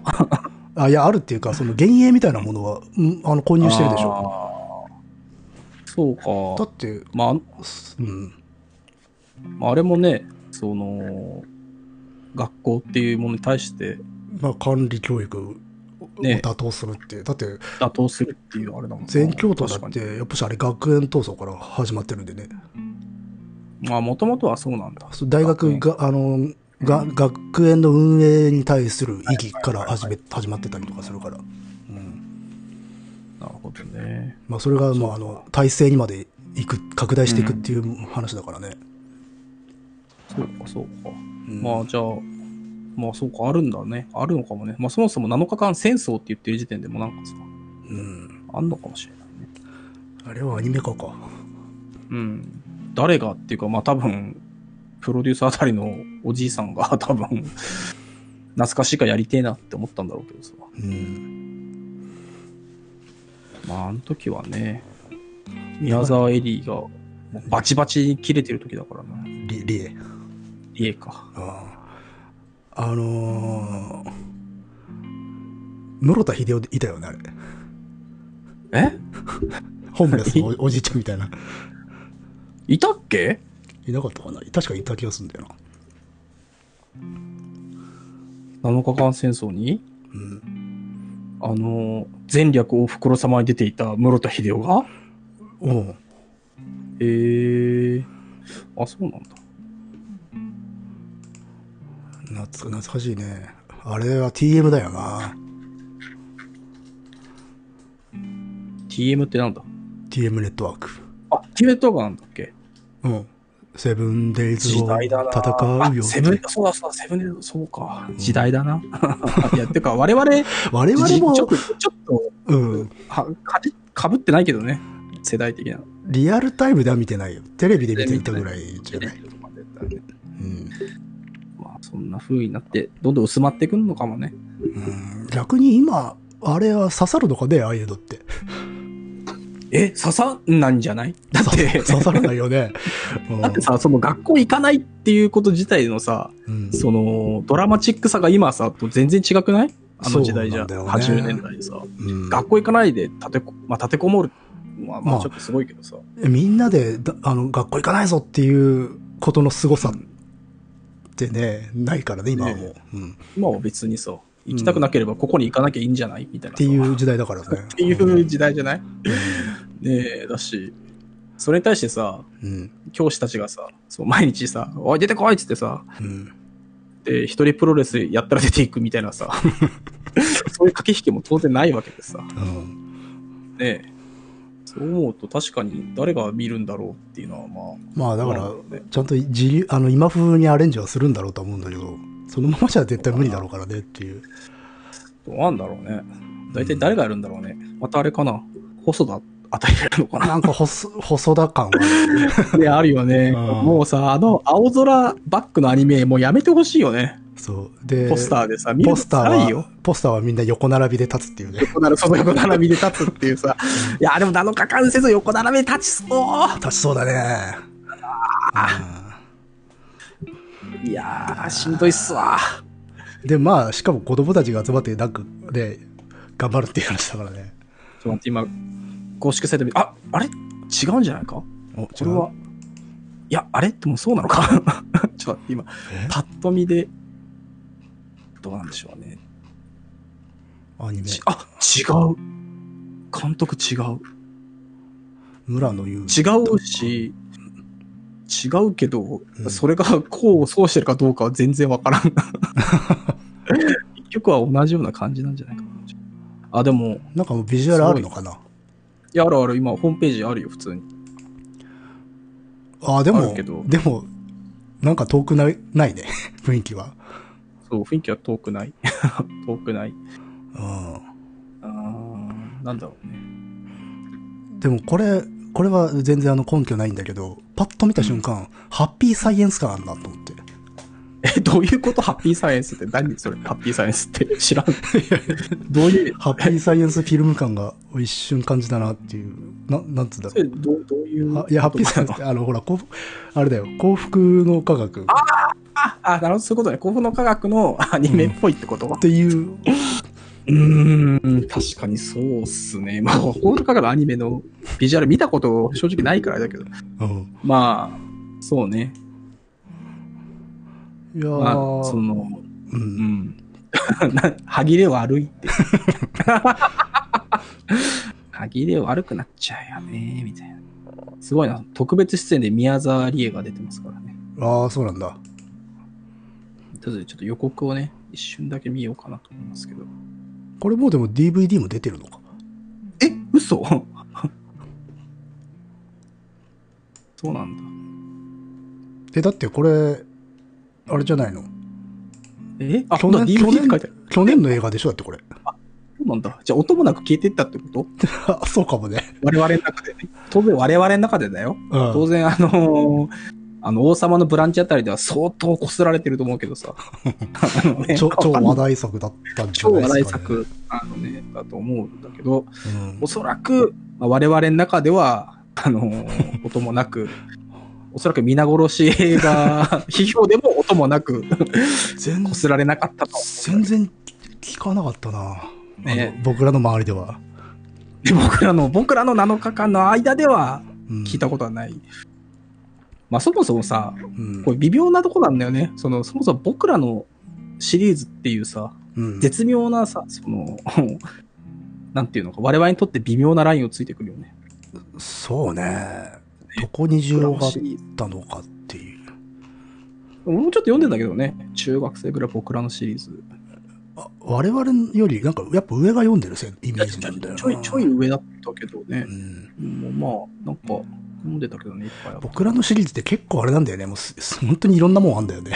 B: あいやあるっていうかその幻影みたいなものは、うん、あの購入してるでしょ
A: ょ。そう
B: だ
A: か
B: っ。て
A: まあ
B: うん
A: まあ、あれもね、その、学校っていうものに対して
B: まあ、管理教育を
A: ね
B: 打倒するって、だって
A: 打倒するっていうあれだもんな
B: 全教徒だっ
A: 確かに
B: てやっぱしあれ学園闘争から始まってるんでね
A: まあ、もともとはそうなんだ。
B: そう大学があのが学園の運営に対する意義から始め始まってたりとかするから、うん
A: なるほどね。
B: まあ、それがまああの体制にまでいく拡大していくっていう話だからね、
A: そうか、そうか。
B: うん
A: まあ、じゃあ、まあ、そうか、あるんだね。あるのかもね。まあ、そもそも7日間戦争って言ってる時点でもなんかさ、
B: うん
A: あんのかもしれないね。
B: あれはアニメ化か
A: うん、誰がっていうか、まあ多分、プロデュースあたりのおじいさんが 多分、懐かしいからやりてえなって思ったんだろうけどさ。
B: うん
A: まああの時はね、宮沢エリーがバチバチに切れてる時だからな。
B: リリエ
A: 家か。
B: あああのー、室田秀夫いたよねあれ
A: え
B: ホームレスのおおじいちゃんみたいな。
A: いたっけ
B: いなかったかな確かいた気がするんだよな。
A: ?7 日間戦争に
B: うん。
A: あの、前略おふくろ様に出ていた室田秀夫が
B: おう
A: へえー。あ、そうなんだ。
B: 懐懐かしいね。あれは TM だよな。
A: TM ってなんだ
B: TM ネットワーク。
A: あ、TM ネットワークなんだっけ
B: うん。セブンデイズ
A: 時
B: を
A: 代だな。
B: 戦う
A: あ。
B: よ
A: セブン、そうだそうだ、セブンで、そうか。時代だな。 いや、てか、我々、
B: 我々
A: ち
B: も、
A: ょっと、ちょっと
B: うん。
A: はかじ、かぶってないけどね。世代的な。
B: リアルタイムでは見てないよ。テレビで見ていたぐらいじゃない。うん。
A: まあ、そんな風になって、どんどん薄まってくんのかもね。
B: うん、逆に今、あれは刺さるのかねああいうのって。
A: え、刺さんないんじゃないだって、
B: 刺さらないよね。うん
A: だってさ、その学校行かないっていうこと自体のさ、
B: うん
A: その、ドラマチックさが今さ、と全然違くないあの時代じゃ、
B: そうなんだよね
A: 80年代さ。
B: うん
A: 学校行かないで立てこ、まあ、立てこもる。まあ、ま
B: ま
A: あ、
B: あ
A: ちょっとすごいけどさ。
B: みんなでだあの学校行かないぞっていうことの凄さってね、ないからね、今はもう
A: ね。
B: うんっ
A: 今は別にさ、行きたくなければここに行かなきゃいいんじゃないみたいなさ。
B: てい
A: っ
B: う時代だからね。 って
A: いう時代じゃないねえ、だし、それに対してさ、
B: うん。
A: 教師たちがさ、そう毎日さ、おい出てこいっつってさ、
B: うん。
A: で、一人プロレスやったら出ていくみたいなさ、そういう駆け引きも当然ないわけでさ、ね
B: うん。
A: え。そう思うと確かに誰が見るんだろうっていうのはまあ、
B: まあだか
A: ま
B: ら
A: あね、
B: ちゃんと自由あの今風にアレンジはするんだろうと思うんだけど、そのままじゃ絶対無理だろうからねっていう。
A: どうなんだろうね。大体誰がやるんだろうね。またあれかな。細田あたりがやるのかな
B: なんか細 細田感はあるよ
A: であ
B: ね、
A: るよね。
B: うん
A: もうさ、あの青空バックのアニメ、もうやめてほしいよね。
B: そう。で、
A: ポスターでさ、見る
B: ポスター
A: ないよ
B: は。、ポスターはみんな横並びで立つっていうね。
A: 横並び、その横並びで立つっていう さ。いや、でも7日間せず横並びで立ちそう
B: 立ちそうだね。
A: いやー、しんどいっすわ。
B: うんで、まあ、しかも子供たちが集まって、なんか、で、頑張るっていう話だからね。
A: ちょっと待って、今、公式サイト見て、あ、あれ違うんじゃないか
B: お、
A: これは、いや、あれでもそうなのか ちょっと待って、今、
B: え
A: パッと見で、どうなんでしょうね。
B: アニメ。
A: ちあ、違う。監督違う。
B: 村の優。
A: 違うし、違うけど、
B: うん
A: それがこうそうしてるかどうかは全然わ からん。結局は同じような感じなんじゃないかな。あ、でも、
B: なんかもうビジュアルあるのかない
A: や、あるある、今、ホームページあるよ、普通に。
B: ああ、で
A: あ
B: も
A: るけど、
B: でも、なんか遠くないないね。 雰囲気は。
A: そう、雰囲気は遠くない。 遠くない。
B: う
A: あーなんだろうね。
B: ん。でもこれ、これは全然あの根拠ないんだけど、パッと見た瞬間、ハッピーサイエンス感あんなと思って。
A: え、どういうことハッピーサイエンスって何それハッピーサイエンスって知らん。どういう、
B: ハッピーサイエンスフィルム感が一瞬感じたなっていう、ななんつうんだ
A: そ
B: ろ
A: れどうどういう
B: う。
A: こ
B: あ
A: と。
B: いや、ハッピーサイエンスって、あの、ほら、幸福、あれだよ、幸福の科学っ
A: あ、あ、なるほど、そういうことね。幸福の科学のアニメっぽいってこと
B: ていう、
A: うーん、確かにそうっすね。まあ、ホールカガのアニメのビジュアル見たこと正直ないからだけど。
B: うん
A: まあ、そうね。
B: いやー、
A: まあ、その、
B: う。
A: うんん。 な歯切れ悪いって。 歯切れ悪くなっちゃうよね、みたいな。すごいな。特別出演で宮沢りえが出てますからね。
B: ああ、そうなんだ。
A: ということでちょっと予告をね、一瞬だけ見ようかなと思いますけど。
B: これもうでも DVD も出てるのか。
A: え、嘘 そうなんだ。
B: で、だってこれ、あれじゃないの
A: えあ、
B: 去
A: ほんとだ、
B: 年
A: DVD って書いてある。
B: 去年の映画でしょだってこれ。
A: そうなんだ。じゃあ、音もなく消えていったってこと
B: あそうかもね。
A: 我々の中でね。当然、我々の中でだよ。
B: うん
A: 当然、あのーあの、王様のブランチあたりでは相当こすられてると思うけどさ。あのね
B: 超超
A: わかんない
B: 話題作だったんじゃ
A: 超
B: ない
A: 話題
B: ですか、ね。
A: 作、あのね、だと思うんだけど、
B: うん
A: おそらく、まあ我々の中では、あの ー音もなく、おそらく皆殺し映 画批評でも音もなく、
B: 全
A: こすられなかったと。
B: 全然聞かなかったな。
A: ね
B: あの僕らの周りでは。
A: で僕らの、僕らの7日間の間では、
B: うん
A: 聞いたことはない。まあそもそもさ、
B: うん
A: これ微妙なとこなんだよね。そのそもそも僕らのシリーズっていうさ、
B: うん
A: 絶妙なさ、その、 なんていうのか、我々にとって微妙なラインをついてくるよね。
B: そうね。どこに重
A: 僕らの
B: 要があっ
A: シリーズ。
B: たのかっていう。
A: 俺もちょっと読んでんだけどね、中学生ぐらい僕らのシリーズ。
B: あ我々より、なんか、やっぱ上が読んでるせイメージなんだよな
A: ちょいちょい上だったけどね
B: う。ん
A: もうまあ、なんか、読んでたけどね、いっぱいあった。
B: 僕らのシリーズって結構あれなんだよね。もうす、す本当にいろんなもんあんだよね。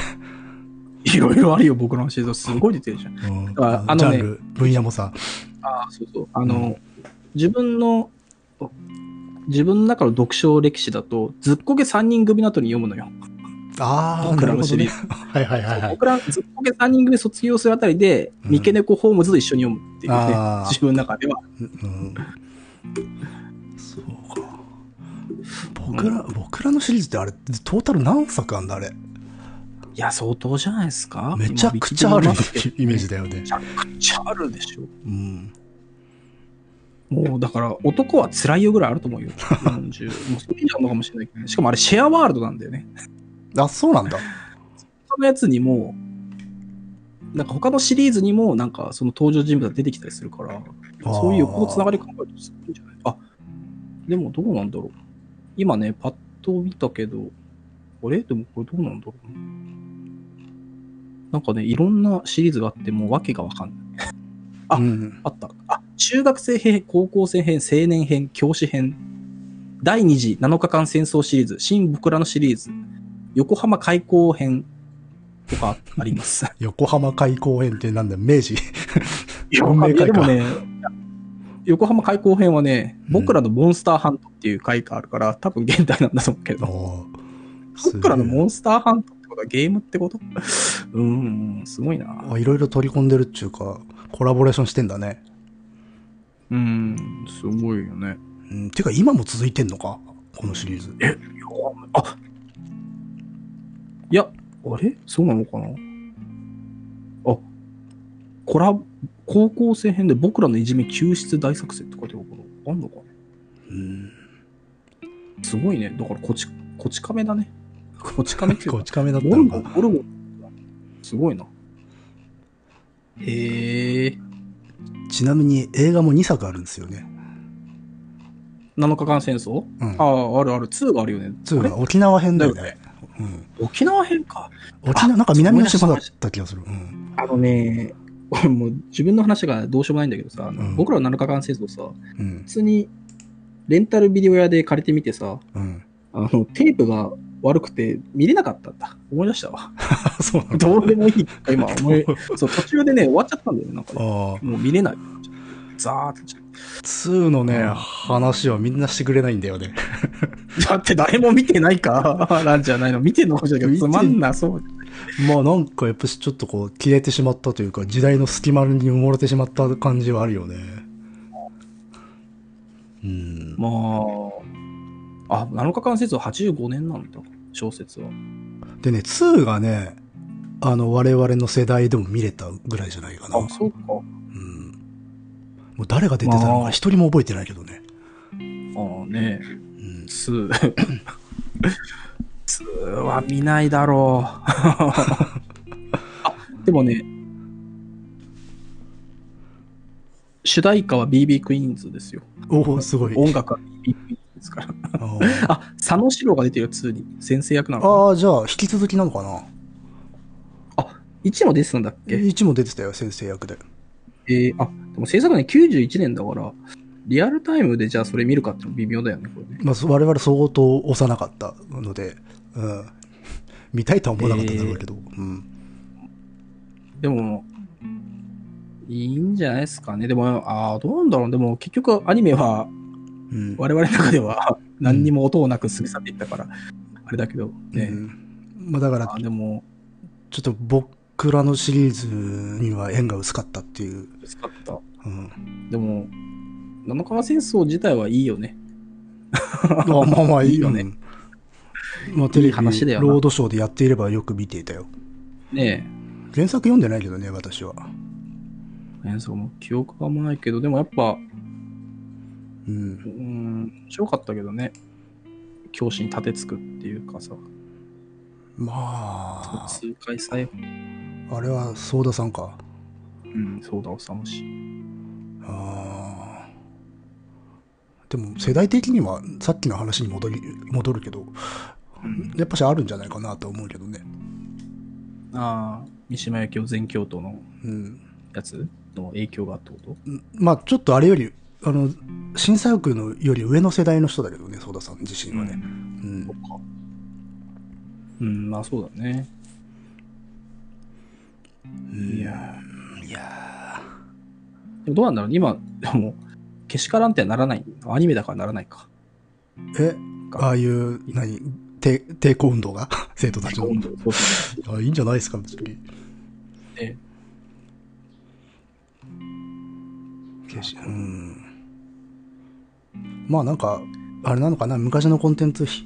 A: いろいろあるよ、僕らのシリーズ。すごい出てるじゃん。
B: うん
A: ああのね
B: ジャンル、分野もさ。
A: ああ、そうそう。あの、自分の、自分の中の読書歴史だと、ずっこけ3人組の後に読むのよ。
B: ああ、
A: 僕ら
B: なる
A: の
B: ほど
A: シリ
B: ね。
A: ー
B: はいはいはいはい。
A: 僕ら、ずっこけ3人組卒業するあたりで、
B: うん
A: 三毛猫ホームズと一緒に読むっていうね、
B: あー
A: 自分の中では。
B: うんそうか。僕ら、僕らのシリーズってあれ、トータル何作あんだあれ。
A: いや、相当じゃないですか
B: めちゃくちゃある
A: 今見てみますけど
B: イメージだよね
A: め。ちゃくちゃあるでしょ。
B: うん。
A: もう、だから、男は辛いよぐらいあると思うよ。40。もう、それ以上あるのかもしれないけどね。しかもあれ、シェアワールドなんだよね。
B: あ、そうなんだ。
A: 他のやつにも、なんか他のシリーズにも、なんかその登場人物が出てきたりするから、
B: あー
A: そういう横のつながり考えるとすごいんじゃないあ、でもどうなんだろう。今ね、パッと見たけど、あれでもこれどうなんだろう。なんかね、いろんなシリーズがあって、もう訳がわかんない。あ
B: うん。
A: あった。あ、中学生編、高校生編、青年編、教師編。第2次7日間戦争シリーズ、新僕らのシリーズ、横浜開港編とかあり ます。
B: 横浜開港編ってなんだよ明治。
A: 横
B: 運
A: 浜
B: 命会
A: で
B: か
A: もね、横浜開港編はね、
B: うん
A: 僕らのモンスターハントっていう回があるから、多分現代なんだと思うけ
B: あ
A: ど、
B: ーすげえ
A: 僕らのモンスターハントってこことはゲームってことうーん、すごいな。
B: あいろいろ取り込んでるっちゅうか、コラボレーションしてんだね。
A: うん、すごいよね。
B: うん、てか今も続いてんのかこのシリーズ。
A: あいや、あれそうなのかなあ、コラ、高校生編で僕らのいじめ救出大作戦って書いてあるから、あんのかね
B: うん。
A: すごいね。だからこち、こち亀だね。こち亀っていうか
B: こち亀だった
A: ゴル
B: の
A: ゴ、
B: か。
A: ゴルゴ。すごいな。へえ。
B: ちなみに映画も2作あるんですよね。
A: 7日間戦争
B: うん。
A: ああ、あるある。2があるよね。
B: 2
A: あれ
B: が沖縄編だよ
A: だよ
B: ね。うん。
A: 沖縄編か。
B: 沖縄、なんか南の島だった気がする。うん。
A: あのね、俺もう自分の話がどうしようもないんだけどさ、あの
B: うん
A: 僕らの7日間戦争さ、
B: うん
A: 普。通にレンタルビデオ屋で借りてみてさ、
B: うん。
A: あの、テープが悪くて見れなかったんだ。思い出した わ。
B: あ、そうなんだ。
A: どうでもいい。今思 い、そう、途中でね、終わっちゃったんだよね。なんかね
B: ああ。
A: もう見れない。ザーって。
B: 2のね、
A: うん
B: 話はみんなしてくれないんだよね。
A: だって誰も見てない かなんじゃないの見てんのかもしれないけど、つまんなそう。
B: まあなんかやっぱしちょっとこう消えてしまったというか、時代の隙間に埋もれてしまった感じはあるよね。うん。
A: まあ、あ、7日間戦争85年なんだ、小説は。
B: でね、2がね、あの我々の世代でも見れたぐらいじゃないかな。
A: あ、そうか。
B: うん。もう誰が出てたの
A: まあ
B: か一人も覚えてないけどね。
A: ああね、
B: うん。
A: ツ ー。ツーは見ないだろう。あ、でもね、主題歌は BB クイーンズですよ。
B: おお、すごい。
A: 音楽は BB クイーンズですから。
B: あー
A: あ、佐野史郎が出てるよ、2に。先生役なのかな。
B: あー、じゃあ引き続きなのかな
A: 1も出てたんだっけ
B: ?1 も出てたよ、先生役で。
A: えーあ、でも制作年91年だから、リアルタイムでじゃあそれ見るかってのも微妙だよね、これね。
B: まあ、我々相当幼かったので、うん、見たいとは思わなかったんだろうけど、うん、
A: でも、いいんじゃないですかね。でも、ああ、どうなんだろう。でも結局アニメは
B: うん
A: 我々の中では何にも音をなく過ぎ去っていったから、あれだけど、
B: う
A: ね。
B: んまあ、だから
A: あーでも、
B: ちょっと僕らのシリーズには縁が薄かったっていう、
A: ぶつかった。
B: うん、
A: でも、七日間戦争自体はいいよね。
B: まあまあまあいいよね、
A: いいよ
B: まあ、テレビ
A: いい話だよな
B: ロードショーでやっていればよく見ていたよ
A: ね
B: 原作読んでないけどね私は、
A: え。演奏も記憶があんまないけど、でもやっぱ、
B: う、
A: うんーん、面白かったけどね。教師に立てつくっていうかさ、
B: まあ
A: 痛快さえ、
B: あれはソーダさんか
A: うん、そうだ、おさむし。
B: あーでも世代的にはさっきの話に戻り戻るけど
A: うん
B: やっぱしあるんじゃないかなと思うけどね、
A: ああ、三島由紀夫全教頭の
B: うん、
A: やつの影響があったこと
B: まあちょっとあれよりあの新作のより上の世代の人だけどねソ田さん自身はね、
A: ね。
B: うん
A: そっか。うん、まあそうだね。いや
B: いや
A: ーでもどうなんだろうね今、でも、けしからんってならない。アニメだからならないか。
B: ーえああいう何抵抵抗運動が 生徒たちの
A: 温度そうそう
B: あいいんじゃないですか別に
A: ね
B: 決してうんまあなんかあれなのかな昔のコンテンツひ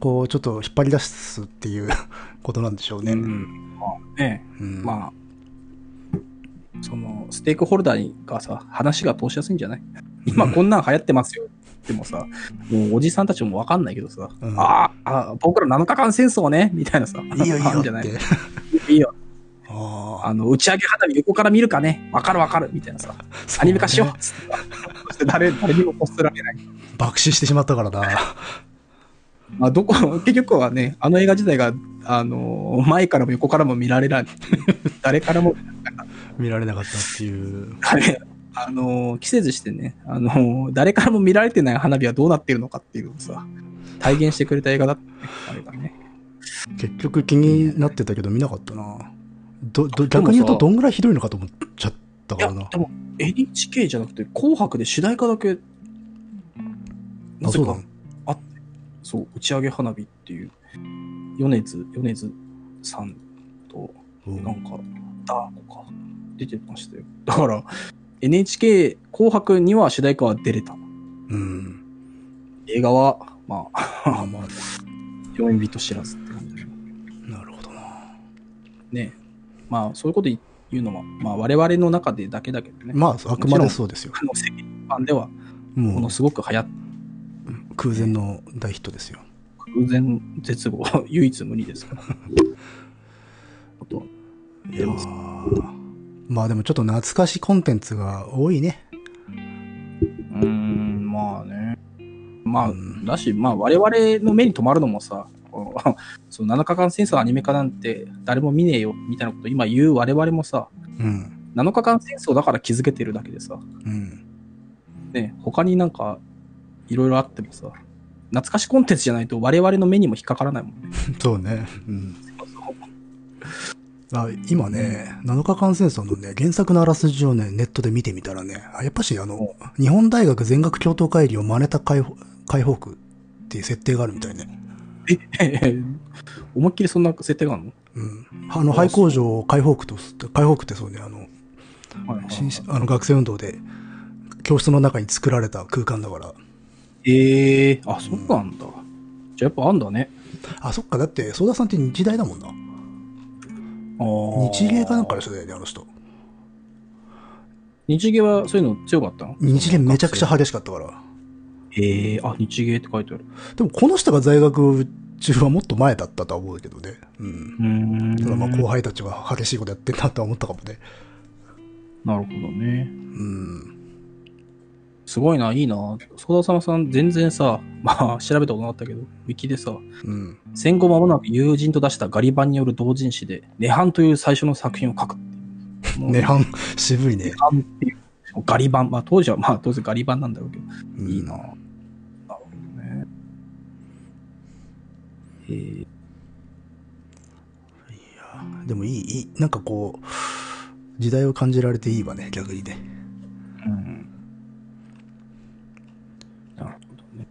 B: こうちょっと引っ張り出すっていう ことなんでしょうね、
A: うん。まあね、
B: うん
A: まあ、その、ステークホルダーがさ、話が通しやすいんじゃない今こんなん流行ってますよ。でもさ、もうおじさんたちもわかんないけどさ、
B: うん
A: あーあー、僕ら7日間戦争ね、みたいなさ、
B: いいよいい
A: ある
B: よ
A: んじゃ
B: っ
A: ない
B: て
A: いいよ。
B: ああ
A: あの、打ち上げ花火横から見るかね、わかるわかる、みたいなさ、アニメ化しよう。つってそして誰、誰にもこすられない。
B: 爆死してしまったからな
A: まあ、どこ、結局はね、あの映画自体が、あの、前からも横からも見られない。誰からも、
B: 見られなかったっていう
A: あれあの、着せずしてね、あの、誰からも見られてない花火はどうなってるのかっていうのをさ、体現してくれた映画だったね、あれがね。
B: 結局気になってたけど見なかったなどど
A: でもさ
B: 逆に言うとどんぐらいひどいのかと思っちゃった
A: い
B: か
A: や、
B: らな
A: でも NHK じゃなくて、紅白で主題歌だけ、な
B: あ
A: ぜ
B: そうだ
A: か、そう、打ち上げ花火っていう、米津、米津さんと、
B: うん
A: なんか、ダーコか、出てましたよ。だから、NHK 紅白には主題歌は出れた。
B: うん。
A: 映画は、まあ、
B: まあまあ、
A: 共演人知らずって感じでしょ
B: なるほどな。
A: うね。まあ、そういうこと言うのは、まあ、我々の中でだけだけどね。
B: まあ、あくまでそうですよ。
A: あの世間版では、も
B: も
A: の
B: う
A: すごく流行っ
B: 空前の大ヒットですよ。
A: 偶然絶後唯一無二ですから。あとはいい
B: や
A: やー
B: まあでもちょっと懐かしコンテンツが多いね。
A: うーん、まあね。まあ、
B: うん
A: だし、まあ、我々の目に留まるのもさ、この その7日間戦争アニメ化なんて誰も見ねえよみたいなこと今言う我々もさ、
B: うん。
A: 7日間戦争だから気づけてるだけでさ、
B: うん。
A: ね、他になんかいろいろあってもさ、懐かしコンテンツじゃないと我々の目にも引っかからないもんね。
B: そうね。うん。あ今ね、7日間戦争のね、原作のあらすじをね、ネットで見てみたらね、あやっぱしあの、日本大学全学共闘会議を真似た解放解放区っていう設定があるみたいね。
A: 思いっきりそんな設定があるの
B: うん。あの、廃工場を解放区とす、解放区ってそうね、あの、
A: はいはいはい
B: 新あの学生運動で、教室の中に作られた空間だから。
A: ええあ、そうなんだ。じゃあやっぱあんだね。
B: あ、そっか、だって、相田さんって日大だもんな。
A: あー
B: 日芸かなんかの人だよね、あの人。
A: 日芸はそういうの強かったの
B: 日芸めちゃくちゃ激しかったから。
A: ええあ、日芸って書いてある。
B: でもこの人が在学中はもっと前だったとは思うけどね。うん。
A: ん
B: ただまあ後輩たちは激しいことやってんなとは思ったかもね。
A: なるほどね。
B: うん。
A: すごいな、いいな。相田様さん、全然さ、 まあ、調べたことなかったけど、ウィキでさ、
B: うん。
A: 戦後間もなく友人と出したガリ版による同人誌で、涅槃という最初の作品を書くっていう。
B: ね
A: もう
B: はん、渋いね。
A: 涅槃っていう。ガリ版。まあ、当時は、まあ、当然ガリ版なんだろうけど。
B: うん
A: いいな。なるほどね。えー
B: でもいい、いい。なんかこう、時代を感じられていいわね、逆にね。
A: うんなるほどね。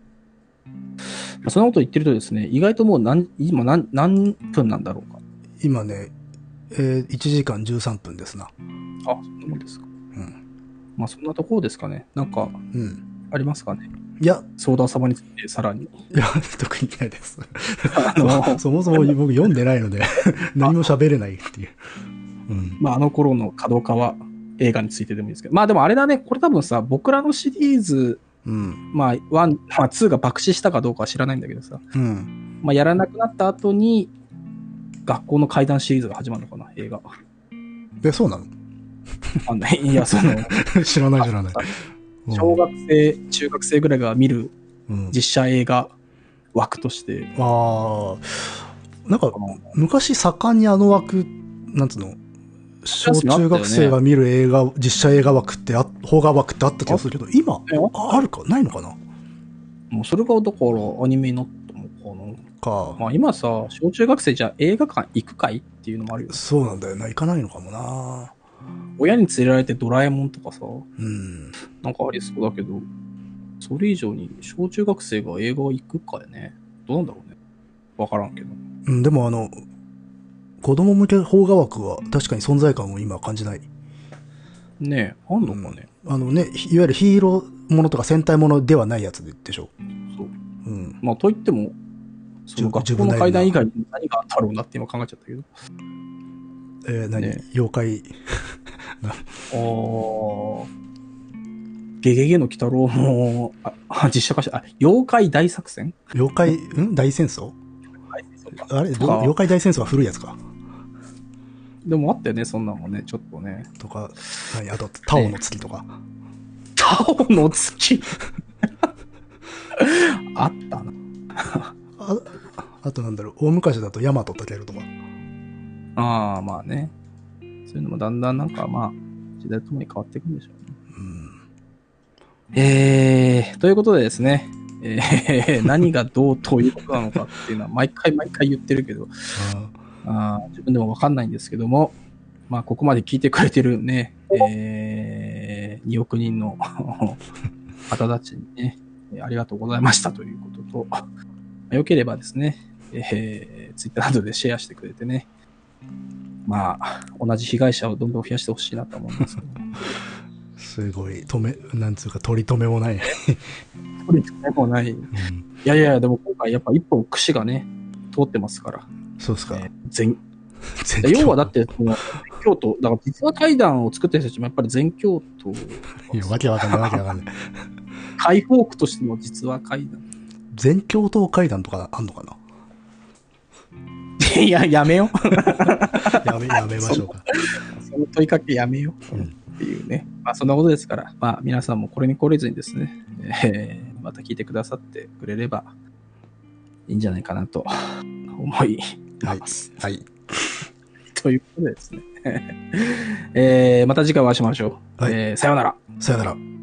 A: まあそんなこと言ってるとですね、意外ともう何、今何、何分なんだろうか。
B: 今ね、えー1時間13分ですな。
A: あ、そんなもんですか。
B: うん。
A: まあそんなところですかね。なんか
B: うん。
A: ありますかね。
B: いや、
A: 相談様についてさら に。
B: いや、 特にな いです。
A: あの、
B: そもそも僕読んでない ので、何も喋れないっていう。うん。
A: まああの頃の角川映画についてでもいいですけど。まあでもあれだね、これ多分さ、僕らのシリーズ、
B: うん。
A: まあ1、まあ、2が爆死したかどうかは知らないんだけどさ、
B: うん。
A: まあやらなくなった後に、学校の怪談シリーズが始まるのかな、映 画。
B: え、そうなの
A: あんないや、その、
B: 知らない知らない。うん
A: 小学生、中学生ぐらいが見る
B: うん
A: 実写映画枠として、
B: ああ、なんか
A: この
B: 昔盛んにあの枠、なんつうの、小
A: 昔あったよね
B: 中学生が見る映画、実写映画枠ってあ、邦画枠ってあった気がするけど、今、ああるか、ないのかな
A: もうそれがだからアニメになったのか
B: か、
A: な。まあ今さ、小中学生じゃ映画館行くかいっていうのもあるよ。
B: そうなんだよな、行かないのかもな。
A: 親に連れられてドラえもんとかさ、
B: うん。
A: なんかありそうだけど、それ以上に小中学生が映画行くかやね。どうなんだろうね。わからんけど。
B: うん、でもあの、子供向け邦画枠は確かに存在感を今感じない。
A: ねえ、あんのかね。
B: あのね、ひいわゆるヒーローものとか戦隊ものではないやつででしょ。
A: そう。
B: うん。
A: まあといっても、その
B: 自
A: 学
B: 分
A: 校の
B: なりの
A: 階段以外に何があったろうなって今考えちゃったけど。
B: えー何、
A: ね
B: 妖怪。
A: ああ。ゲゲゲの鬼太郎も、あ、あ実写化した、あ、妖怪大作戦
B: 妖怪、ん大戦争あれ
A: とか
B: 妖怪大戦争は古いやつか。
A: でもあったよね、そんなのね、ちょっとね。
B: とか、何あと、タオの月とか。
A: タオの月 あったな。
B: ああとなんだろう、大昔だとヤマトタケルとか。
A: ああ、まあね。そういうのもだんだんなんかまあ、時代とともに変わっていくんでしょうね。
B: うん。
A: えー、ということでですね、えー何がどうということなのかっていうのは毎回毎回言ってるけど、
B: あ
A: あー自分でもわかんないんですけども、まあ、ここまで聞いてくれてるね、えー2億人の 方たちにね、えーありがとうございましたということと、まあ良ければですね、えー、Twitter などでシェアしてくれてね、まあ、同じ被害者をどんどん増やしてほしいなと思いますけ ど。
B: すごい、止め、なんつうか、取り留めもない。
A: 取り留めもない。い
B: うん
A: やいやいや、でも今回やっぱ一本櫛がね、通ってますから。
B: そうですか。
A: 全
B: 全
A: いや
B: 然
A: 要はだって、その全教徒、だから実話会談を作ってる人たちもやっぱり全教徒、
B: いや、わけわかんない、わけわかんない。
A: 解放区としての実話会談。
B: 全共闘会談とかあんのかない
A: や、やめよう。
B: やめ、やめましょうか。
A: その問いかけやめよう。
B: うん
A: っていうね。まあ、そんなことですから、まあ、皆さんもこれに懲りずにですね、えーまた聞いてくださってくれればいいんじゃないかなと思います。
B: はい。
A: と いうことでですね。えーまた次回お会いしましょう。
B: はい
A: えーさようなら。
B: さよなら。